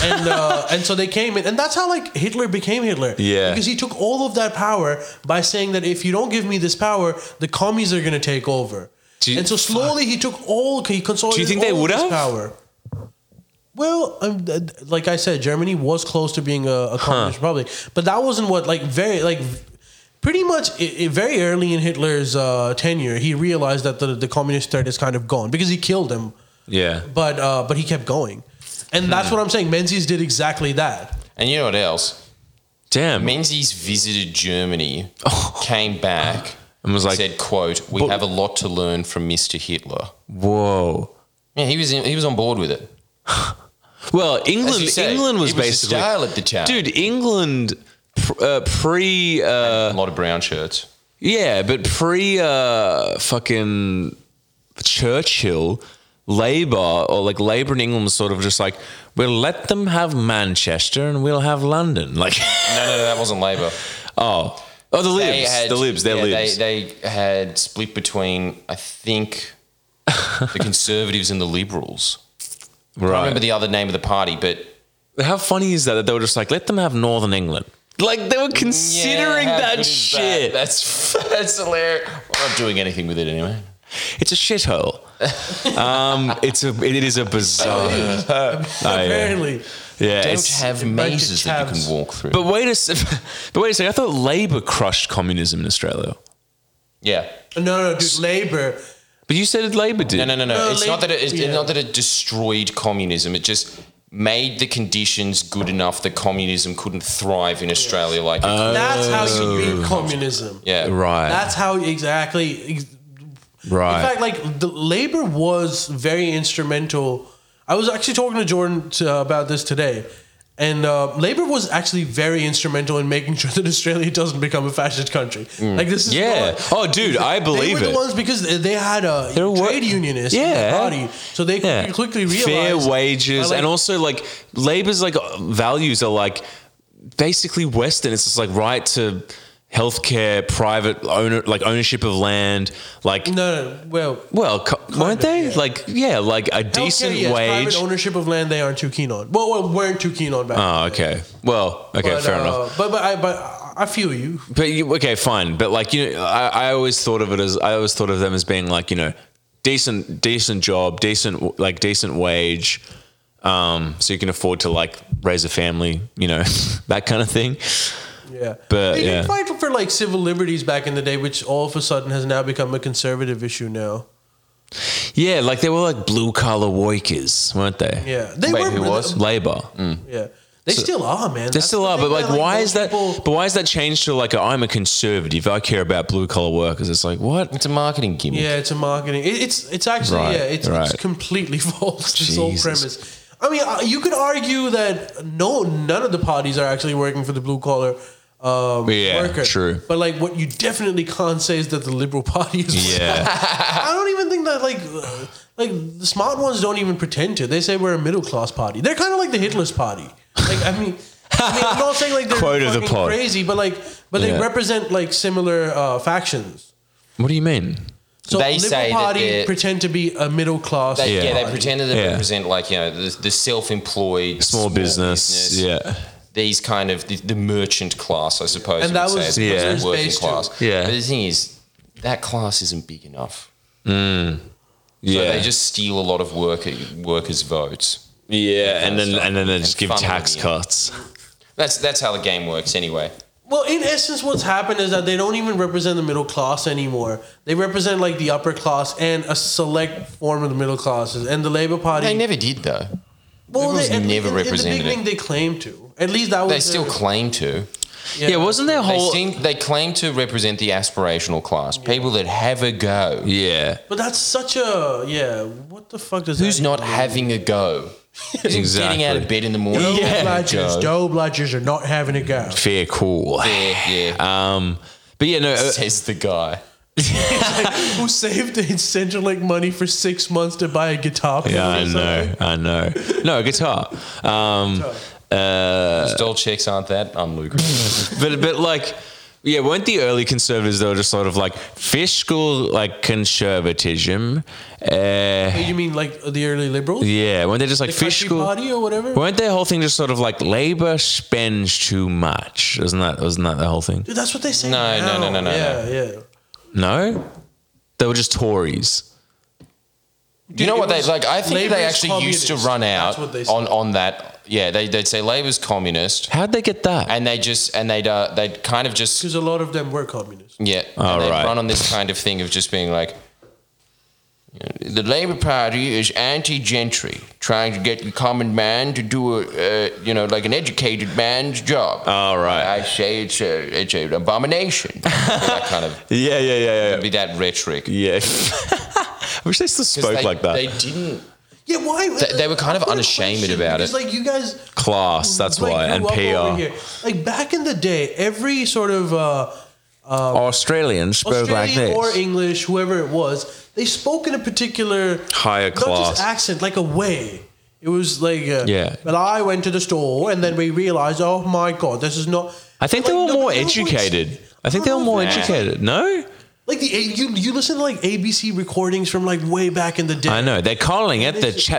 A: And uh, and so they came in, and that's how like Hitler became Hitler.
B: Yeah.
A: Because he took all of that power by saying that if you don't give me this power, the commies are gonna take over.
B: Do you-
A: and so slowly he took all he consolidated.
B: Do you think they
A: all of
B: would've?
A: his Power. Well, um, th- th- like I said, Germany was close to being a, a communist republic, but that wasn't what like very like v- pretty much i i very early in Hitler's uh, tenure, he realized that the the communist threat is kind of gone because he killed him,
B: yeah.
A: but uh, but he kept going, and
B: Hmm.
A: that's what I'm saying. Menzies did exactly that.
C: And you know what else?
B: Damn.
C: Menzies visited Germany, came back,
B: And Oh. was like-
C: said, "quote We
B: But-
C: have a lot to learn from Mister Hitler."
B: Whoa.
C: Yeah, he was in, he was on board with it.
B: Well,
C: As
B: England.
C: you say,
B: England was,
C: he was
B: basically
C: a style at the time.
B: dude. England. pr- Uh, pre, uh,
C: a lot of brown shirts.
B: yeah, but pre, uh, fucking Churchill, Labour or like Labour in England was sort of just like we'll let them have Manchester and we'll have London. Like,
C: No, no, no, that wasn't Labour.
B: oh, oh, the
C: They
B: libs,
C: had-
B: the libs, they're
C: yeah,
B: libs.
C: They, they had split between, I think, the Conservatives and the Liberals. I
B: right.
C: don't remember the other name of the party, but
B: How funny is that that they were just like, let them have Northern England. Like they were considering
C: Yeah, how
B: that
C: good is
B: shit.
C: That's that's hilarious. We're not doing anything with it anyway.
B: It's a shithole. um, it's a it is a bizarre. Oh, yeah,
A: Apparently,
B: yeah
C: Don't
B: it's-
C: have
A: back to
C: mazes that you
A: Chavs.
C: can walk through.
B: but wait a s- but wait a second. I thought Labour crushed communism in Australia.
C: yeah.
A: no, no, dude, labor.
B: But you said Labour did.
C: No, no, no, no.
A: No,
C: it's
A: Lib-
C: not that it, it's
A: yeah.
C: not that it destroyed communism. It just made the conditions good enough that communism couldn't thrive in Australia like it could.
A: That's how you beat communism.
C: yeah.
B: Oh, Right.
A: That's how exactly. ex-
B: right.
A: In fact, like the labor was very instrumental. I was actually talking to Jordan to, about this today, and uh, labor was actually very instrumental in making sure that Australia doesn't become a fascist country. Like this is
B: Mm. yeah.
A: not-
B: Oh, dude, I
A: They
B: believe
A: were the
B: it.
A: ones because they- they had a
B: They're wor-
A: trade unionist in
B: Yeah.
A: the body, so they
B: Yeah.
A: quickly realized
B: fair wages
A: Like-
B: and also like labor's like values are like basically western it's just like right to healthcare private owner like ownership of land like
A: No, no, well,
B: well co- weren't
A: of,
B: they
A: yeah.
B: like yeah like a
A: healthcare,
B: decent
A: yes,
B: wage
A: private ownership of land. They aren't too keen on. Well, well weren't too keen on back.
B: oh
A: then.
B: okay well okay
A: But,
B: fair
A: uh,
B: enough
A: But but I but I feel you.
B: but you, okay fine but like you know I, I always thought of it as i always thought of them as being like you know decent decent job decent like decent wage um so you can afford to like raise a family you know that kind of thing
A: Yeah.
B: But,
A: they
B: yeah.
A: did fight for like civil liberties back in the day, which all of a sudden has now become a conservative issue now.
B: Yeah, like they were like blue collar workers, weren't they?
A: Yeah. They
C: Wait,
A: were Mm.
C: who was?
B: Labor.
A: Yeah. They still are, man.
B: They still are, but like, why is that? But why is that changed to like, I'm a conservative. I care about blue collar workers. It's like what?
C: It's a marketing gimmick.
A: yeah, it's a marketing. It, it's it's actually
B: Right,
A: yeah, it's,
B: right.
A: it's completely false. This whole
B: Jesus.
A: premise. I mean, uh, you could argue that no, none of the parties are actually working for the blue collar. Um,
B: Yeah,
A: worker.
B: true.
A: But like, what you definitely can't say is that the Liberal Party is working
B: Yeah,
A: I don't even think that like uh, like the smart ones don't even pretend to. They say we're a middle class party. They're kind of like the Hitler's party. Like I mean, I mean I'm not saying like they're
B: Quote of the
A: fucking
B: pod.
A: crazy, but like but
B: Yeah.
A: they represent like similar uh, factions.
B: what do you mean?
A: So
C: They
A: liberal
C: say that
A: party
C: they're-
A: pretend to be a middle class.
C: They,
B: Yeah.
C: yeah. they pretend that they
B: Yeah.
C: represent like you know the, the self-employed,
B: Small, business. Yeah,
C: these kind of the, the merchant class, I suppose.
A: And
C: you
A: that
C: would say,
A: was-
B: Yeah.
C: as opposed to
B: was
C: working
A: based too.
C: class.
B: Yeah.
C: but the thing is, that class isn't big enough. So
B: yeah,
C: they just steal a lot of worker workers' votes.
B: yeah, and then
C: stuff.
B: and then they just
C: And
B: give
C: fun
B: tax
C: with it.
B: cuts.
C: That's that's how the game works anyway.
A: Well, in essence, what's happened is that they don't even represent the middle class anymore. They represent like the upper class and a select form of the middle classes. And the Labour Party
C: They never did though.
A: Well,
C: Liberals
A: they, at-
C: never
A: in, in the
C: represented it.
A: beginning they claimed to, At least that was.
C: They still
A: the-
C: claim to.
B: Yeah, wasn't there a
C: They
B: whole?
C: seem they claim to represent the aspirational class, people that have a go.
B: yeah,
A: But that's such a yeah. What the fuck does
C: Who's
A: that
C: not
A: even
C: having a go?
B: exactly.
C: Getting out of bed in the morning.
A: mean? Joe
C: having a
A: Bludgers,
C: go.
A: Joe Bludgers are not having a go.
B: Fair call.
C: Yeah, yeah.
B: Um, but yeah, no. uh,
C: Says the guy.
A: Who saved his Central Link money for six months to buy a guitar?
B: Yeah, I
A: or something.
B: know, I know. No, guitar. Um, uh,
C: Stole checks aren't that unlucrative.
B: but but like, yeah, weren't the early conservatives though just sort of like fiscal like conservatism? Uh,
A: You mean like the early liberals?
B: yeah, weren't they just like
A: The country
B: fiscal?
A: party or whatever?
B: Weren't their whole thing just sort of like labor spends too much? Isn't that wasn't that the whole thing?
A: Dude, that's what they say.
C: No, no,
A: now.
C: no, no, no,
A: Yeah, yeah.
B: No, they were just Tories.
C: Do you know
A: It
C: what they
A: was
C: like? I think
A: Labour
C: they
A: is
C: actually used to
A: communist.
C: run out
A: That's what they
C: on on that. Yeah, they, they'd say Labour's communist,
B: How'd they get that?
C: and they just and they'd uh, they'd kind of just
A: Because a lot of them were communists.
C: Yeah.
B: All
C: and they
B: right.
C: run on this kind of thing of just being like, the Labour Party is anti-gentry, trying to get the common man to do a, uh, you know, like an educated man's job.
B: All Oh, right.
C: I say it's a, it's an abomination. that kind of
B: yeah, yeah, yeah, yeah.
C: be that rhetoric.
B: Yeah. I wish they still
C: 'Cause
B: spoke
C: they,
B: like that.
C: They didn't.
A: Yeah, why?
C: They- they were kind of
A: What a
C: unashamed
A: question,
C: about
A: because,
C: it.
A: Like you guys,
B: Class, that's
A: like,
B: why,
A: grew
B: and
A: up over
B: PR.
A: here. Like back in the day, every sort of uh,
B: Australians spoke like
A: Australian
B: this.
A: or English, whoever it was, they spoke in a particular
B: Higher
A: not just
B: class.
A: accent, like a way. It was like uh,
B: Yeah.
A: But I went to the store, and then we realized, oh my god, this is not.
B: I think they
A: Like,
B: were
A: no,
B: more
A: but no one's-
B: educated. I think they were more
A: Nah.
B: educated. No,
A: Like the you you listen to like ABC recordings from like way back in the day.
B: I know they're calling it the
A: it's-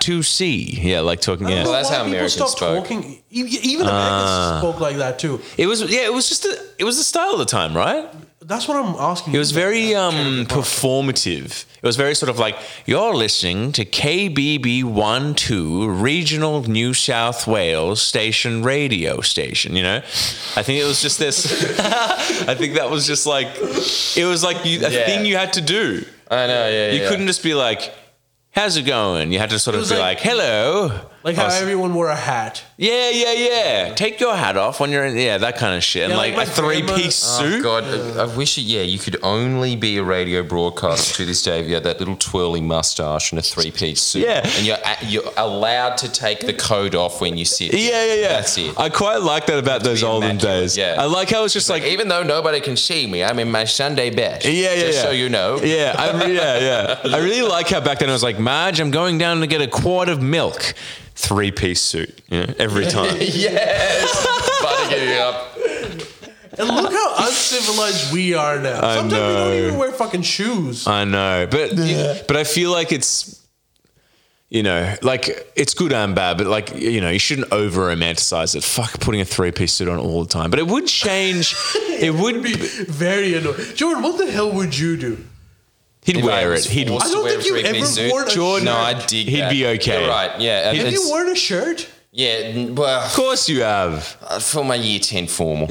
B: Chabatu Yeah, like talking.
A: I don't know
B: Yeah,
C: that's
A: why
C: how
A: people
C: Americans
A: stopped
C: spoke.
A: Talking. E- Even Americans
B: Ah.
A: spoke like that too.
B: it was. Yeah, it was just. A, it was the style of the time, right?
A: That's what I'm asking.
B: It was very um, performative. It was very sort of like you're listening to KBB One Two Regional New South Wales Station radio station. You know, I think it was just this. I think that was just like it was like you, a
C: Yeah.
B: thing you had to do.
C: I know. Yeah.
B: You
C: yeah.
B: couldn't just be like, "How's it going?" You had to sort of
A: was
B: be like,
A: like-
B: "Hello."
A: like how
B: Oh, s-
A: everyone wore a hat.
B: yeah, yeah, yeah. Take your hat off when you're in. Yeah, that kind of shit. and
A: Yeah,
B: like,
A: like
B: a
A: my
B: three
A: grandma-
B: piece
C: Oh,
B: suit.
C: God, I- I wish. It, yeah, you could only be a radio broadcaster to this day if you had that little twirly mustache and a three-piece suit.
B: Yeah.
C: and you're a- you're allowed to take the coat off when you sit.
B: Yeah, yeah, yeah.
C: That's it.
B: I quite like that about those
C: be
B: olden
C: immaculate,
B: days.
C: yeah.
B: I like how it's just like.
C: Even though nobody can see me, I'm in my Sunday best.
B: yeah, yeah,
C: Just
B: yeah. E-
C: so you know.
B: Yeah, I re- yeah, yeah. I really like how back then I was like, Marge, I'm going down to get a quart of milk. Three piece suit. Yeah, every time.
C: Yes. Butter it up.
A: And look how uncivilized we are now. Sometimes we
B: know.
A: don't even wear fucking shoes.
B: I know, but but I feel like it's you know, like it's good and bad, but like you know, you shouldn't over romanticize it. Fuck putting a three piece suit on all the time, but it would change. it would. Be,
A: Very annoying. Jordan, what the hell would you do?
B: he'd
C: If I
B: wear
C: was
B: it. He'd.
C: forced
A: I
C: to
A: don't
C: wear a
A: think you
C: three-piece
A: ever
C: suit.
A: wore a
B: Jordan,
A: shirt.
C: No, I dig.
B: He'd
C: that.
B: be okay.
C: You're right. Yeah.
B: He'd-
A: Have
C: it's-
A: you worn a shirt?
C: yeah. n- Well, uh,
B: Of course you have.
C: for my year ten formal.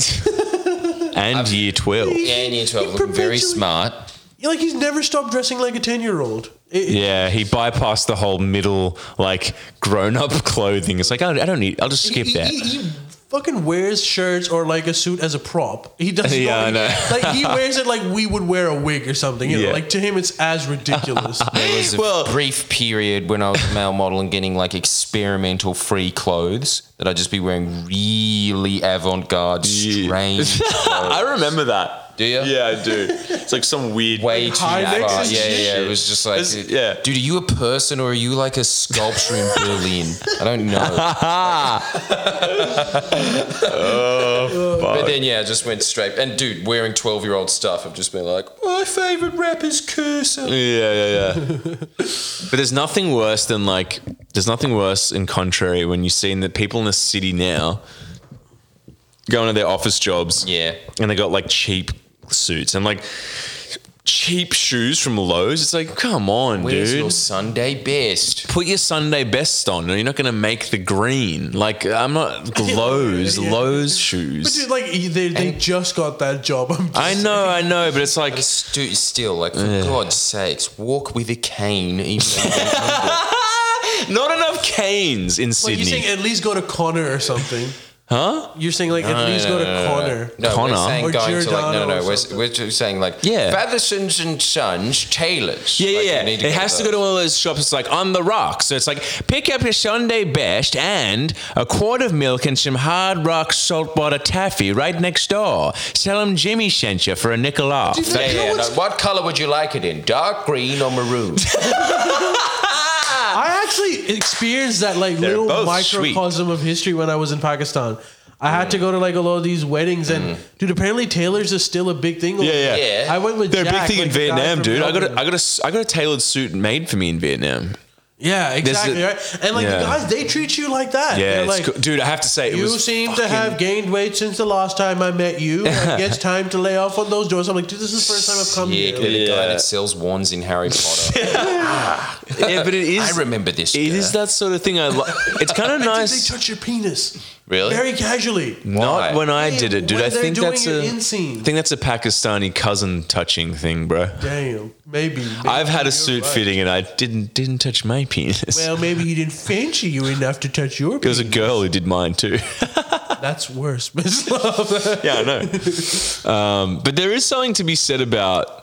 B: And year twelve.
C: Yeah, and year twelve,
A: He
C: looking very
A: perpetually-
C: smart.
A: You're Like he's never stopped dressing like a ten-year-old. It-
B: Yeah, he bypassed the whole middle like grown up clothing. It's like I don't, I don't need. I'll just skip
A: he,
B: that.
A: He, he fucking wears shirts or like a suit as a prop. He doesn't.
B: Yeah,
A: know,
B: I
A: Like he wears it like we would wear a wig or something. You
B: Yeah.
A: know, like to him it's as ridiculous.
C: There was a
B: Well-
C: brief period when I was a male model and getting like experimental free clothes that I'd just be wearing really avant garde,
B: Yeah.
C: strange,
B: I remember that.
C: Do you?
B: Yeah, I do. It's like some weird
C: way too far.
A: high
C: Yeah,
A: necks
C: yeah,
A: and shit.
C: yeah. It was just like,
B: It's- yeah.
C: dude, are you a person or are you like a sculpture in Berlin? I don't know.
B: Oh,
C: But then, yeah, I just went straight. And dude, wearing 12 year old stuff, I've just been like, my favorite rapper's cursor.
B: Yeah, yeah, yeah. but there's nothing worse than like there's nothing worse in contrary when you've seen that people in the city now going to their office jobs.
C: Yeah.
B: And they got like cheap suits and like cheap shoes from Lowe's. It's like, come on,
C: Where's
B: dude.
C: your Sunday best?
B: Put your Sunday best on, or you're not going to make the green. Like I'm not Lowe's,
A: Yeah.
B: Lowe's
A: But
B: shoes.
A: dude, like they, they just got that job. I'm just,
B: I know, I know, but it's like
C: Stu- still, like, for God's sakes, walk with a cane. Even though-
B: not enough canes in
A: Like
B: Sydney.
A: you saying at least go to Connor or something.
B: e- Huh?
A: You're saying like at least go to Connor.
C: No,
B: Connor?
C: we're saying
A: Or
C: going to like no,
A: Giordano
C: no,
A: or
C: no. We're,
A: something.
C: we're just saying like
B: Yeah.
C: Fatherson's and Sons, Taylors.
B: Yeah,
C: Like, you
B: yeah,
C: need
B: yeah. It has to go to
C: those.
B: one of those shops that's like on the rock. So it's like pick up your Sunday best and a quart of milk and some hard rock salt water taffy right next door. Sell 'em Jimmy sent you for a nickel off.
A: Do you
C: Yeah,
A: think-
C: yeah,
A: You know
C: no,
A: what's-
C: what color would you like it in? Dark green or maroon?
A: I actually experienced that like
B: They're
A: little
B: both
A: microcosm of history when I was in Pakistan. I
B: Mm.
A: had to go to like a lot of these weddings, and dude, apparently tailors is still a big thing. over
B: Yeah, Mm. yeah.
A: there.
C: Yeah.
A: I went with
B: They're a
A: Jack,
B: big thing
A: like,
B: in
A: the guy
B: Vietnam,
A: from
B: dude. I got
A: Melbourne.
B: a, I got a, I got a tailored suit made for me in Vietnam.
A: yeah,
B: is-
A: exactly right. And like
B: yeah.
A: the guys, they treat you like that.
B: Yeah,
A: They're
B: it's
A: like,
B: cool. dude. I have to say, it
A: You
B: was
A: seem to
B: fucking-
A: have gained weight since the last time I met you. I guess time to lay off on those doors. I'm like, dude, this is the first time I've come
C: yeah,
A: here.
C: could be the guy
B: Yeah.
C: that sells wands in Harry Potter.
B: Yeah, but it is.
C: I remember this.
B: It is that sort of thing. I like. It's kind of
A: And dude,
B: nice.
A: they touch your penis
C: really.
A: very casually.
B: Not
C: Why?
B: when I
A: Yeah,
B: did it, dude.
A: when
B: I
A: they're
B: think
A: doing
B: that's
A: your
B: a.
A: inseam.
B: I think that's a Pakistani cousin touching thing, bro.
A: Damn, maybe. maybe
B: I've had
A: you're
B: a suit
A: right.
B: fitting and I didn't didn't touch my penis.
A: Well, maybe he didn't fancy you enough to touch your
B: it was
A: penis.
B: a girl who did mine too.
A: That's worse, Miss Love.
B: yeah, I know. Um, but there is something to be said about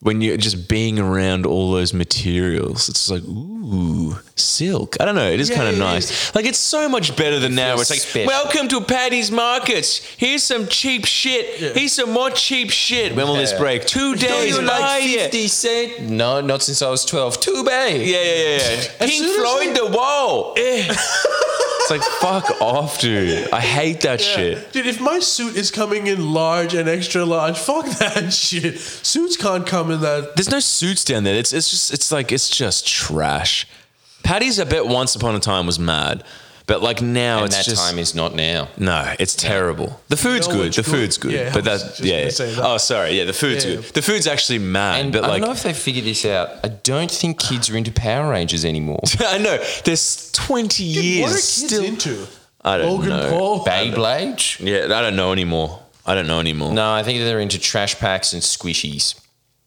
B: when you're just being around all those materials. It's like, ooh, silk. I don't know. It is
A: Yeah,
B: kind of
A: it
B: nice. Like, it's so much better than now. It's
C: feels
B: like,
C: special.
B: welcome to Paddy's Markets. Here's some cheap shit.
A: Yeah.
B: Here's some more cheap shit. When will this
C: Yeah.
B: break? Two days. Buy it.
C: cent? No, not since I was twelve. Too bad.
B: Yeah, yeah, yeah, yeah. Pink
A: soon as
B: Floyd, the wall. Eh. it's like fuck off, dude. I hate that shit.
A: Dude, if my suit is coming in large and extra large, fuck that shit. Suits can't come in that.
B: There's no suits down there. It's it's just it's like it's just trash. Patty's I bet once upon a time was mad, but like now
C: And
B: it's
C: that
B: just
C: time is not now.
B: no, it's terrible. The food's
A: know
B: good.
A: what's
B: The
A: good?
B: food's good.
A: Yeah, I
B: but
A: was
B: that
A: just
B: yeah.
A: gonna say that.
B: Oh, sorry. Yeah, the food's
A: Yeah.
B: good. The food's actually mad,
C: And
B: but
C: I
B: like
C: don't know if they figured this out. I don't think kids are into Power Rangers anymore.
B: I know there's 20
A: Dude,
B: years
A: what are kids
B: still.
A: into?
B: I don't
A: Logan
B: know.
A: Paul.
C: Beyblade?
B: Yeah, I don't know anymore. I don't know anymore.
C: No, I think they're into trash packs and squishies.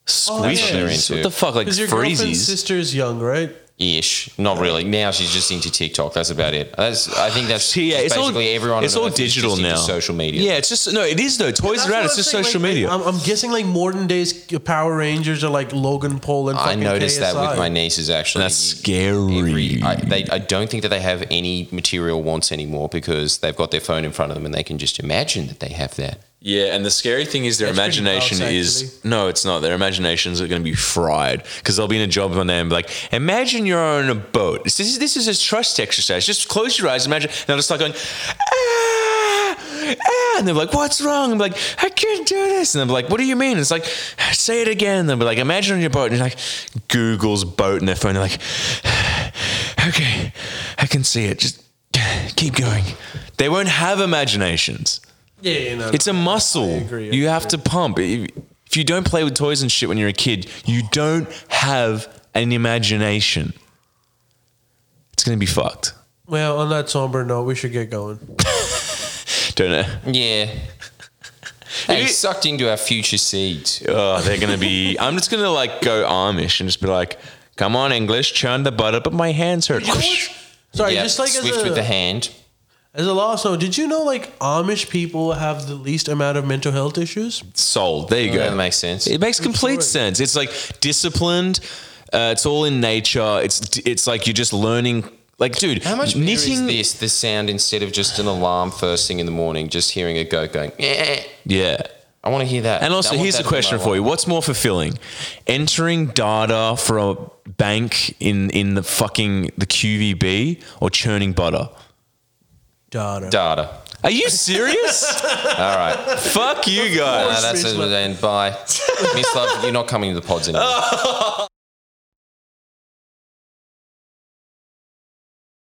B: Squishies.
C: they're into.
B: what the fuck? Like
A: Because Oh, your girlfriend's
B: freezies.
A: sister is young, right?
C: Ish. Not really. Now she's just into TikTok. That's about it. That's. I think that's
B: Yeah,
C: just
B: it's all-
C: basically everyone. on
B: It's all
C: Earth is just
B: digital
C: into
B: now.
C: Social media.
B: Yeah, it's just no. It is though. Toys
A: That's
B: are out.
A: what
B: It's
A: I'm
B: just
A: saying,
B: social
A: like,
B: media.
A: I'm, I'm guessing like modern days Power Rangers are like Logan Paul and
C: I
A: fucking
C: noticed that
A: KSI.
C: with my nieces actually.
B: That's scary.
C: Every- I, they, I don't think that they have any material wants anymore because they've got their phone in front of them and they can just imagine that they have that.
B: yeah, and the scary thing is their
A: That's pretty
B: imagination
A: gross,
B: is no, it's not. Their imaginations are going to be fried because they'll be in a job one day and be like, imagine you're on a boat. This is this is a trust exercise. Just close your eyes. Imagine. And they'll just start going. Ah, ah, and they're like, "What's wrong?" I'm like, "I can't do this." And I'm like, "What do you mean?" And it's like, "Say it again." And they'll be like, "Imagine on your boat." And you're like, Google's boat in their phone. They're like, "Ah, "Okay, I can see it. Just keep going." They won't have imaginations.
A: Yeah, yeah, no, no.
B: It's a muscle.
A: agree, I
B: you have to pump. If if you don't play with toys and shit when you're a kid, you don't have an imagination. It's gonna be fucked.
A: well, on that somber note, we should get going.
B: Don't know.
C: Yeah. They
B: you-
C: sucked into our future seeds.
B: Oh, they're gonna be. I'm just gonna like go Amish and just be like, "Come on, English, churn the butter," but my hands hurt.
A: Sorry,
C: Yeah,
A: just like as
C: Swift
A: a,
C: with the hand.
A: as a last note, did you know like Amish people have the least amount of mental health issues?
B: Sold. There you go.
C: That makes sense.
B: It makes complete
A: story.
B: sense. It's like disciplined. Uh, it's all in nature. It's it's like you're just learning. Like, dude,
C: How much better is
B: knitting
C: this? The sound instead of just an alarm first thing in the morning, just hearing a goat going. "Eh."
B: Yeah.
C: I want to hear that.
B: And also, here's a question for you: What's more fulfilling, entering data for a bank in in the fucking the QVB or churning butter?
A: Data.
C: Data.
B: Are you serious?
C: All right.
B: Fuck you
C: No,
B: guys.
C: that's
A: Miss
C: it.
A: Love.
C: And bye, Miss Love. You're not coming to the pods anymore.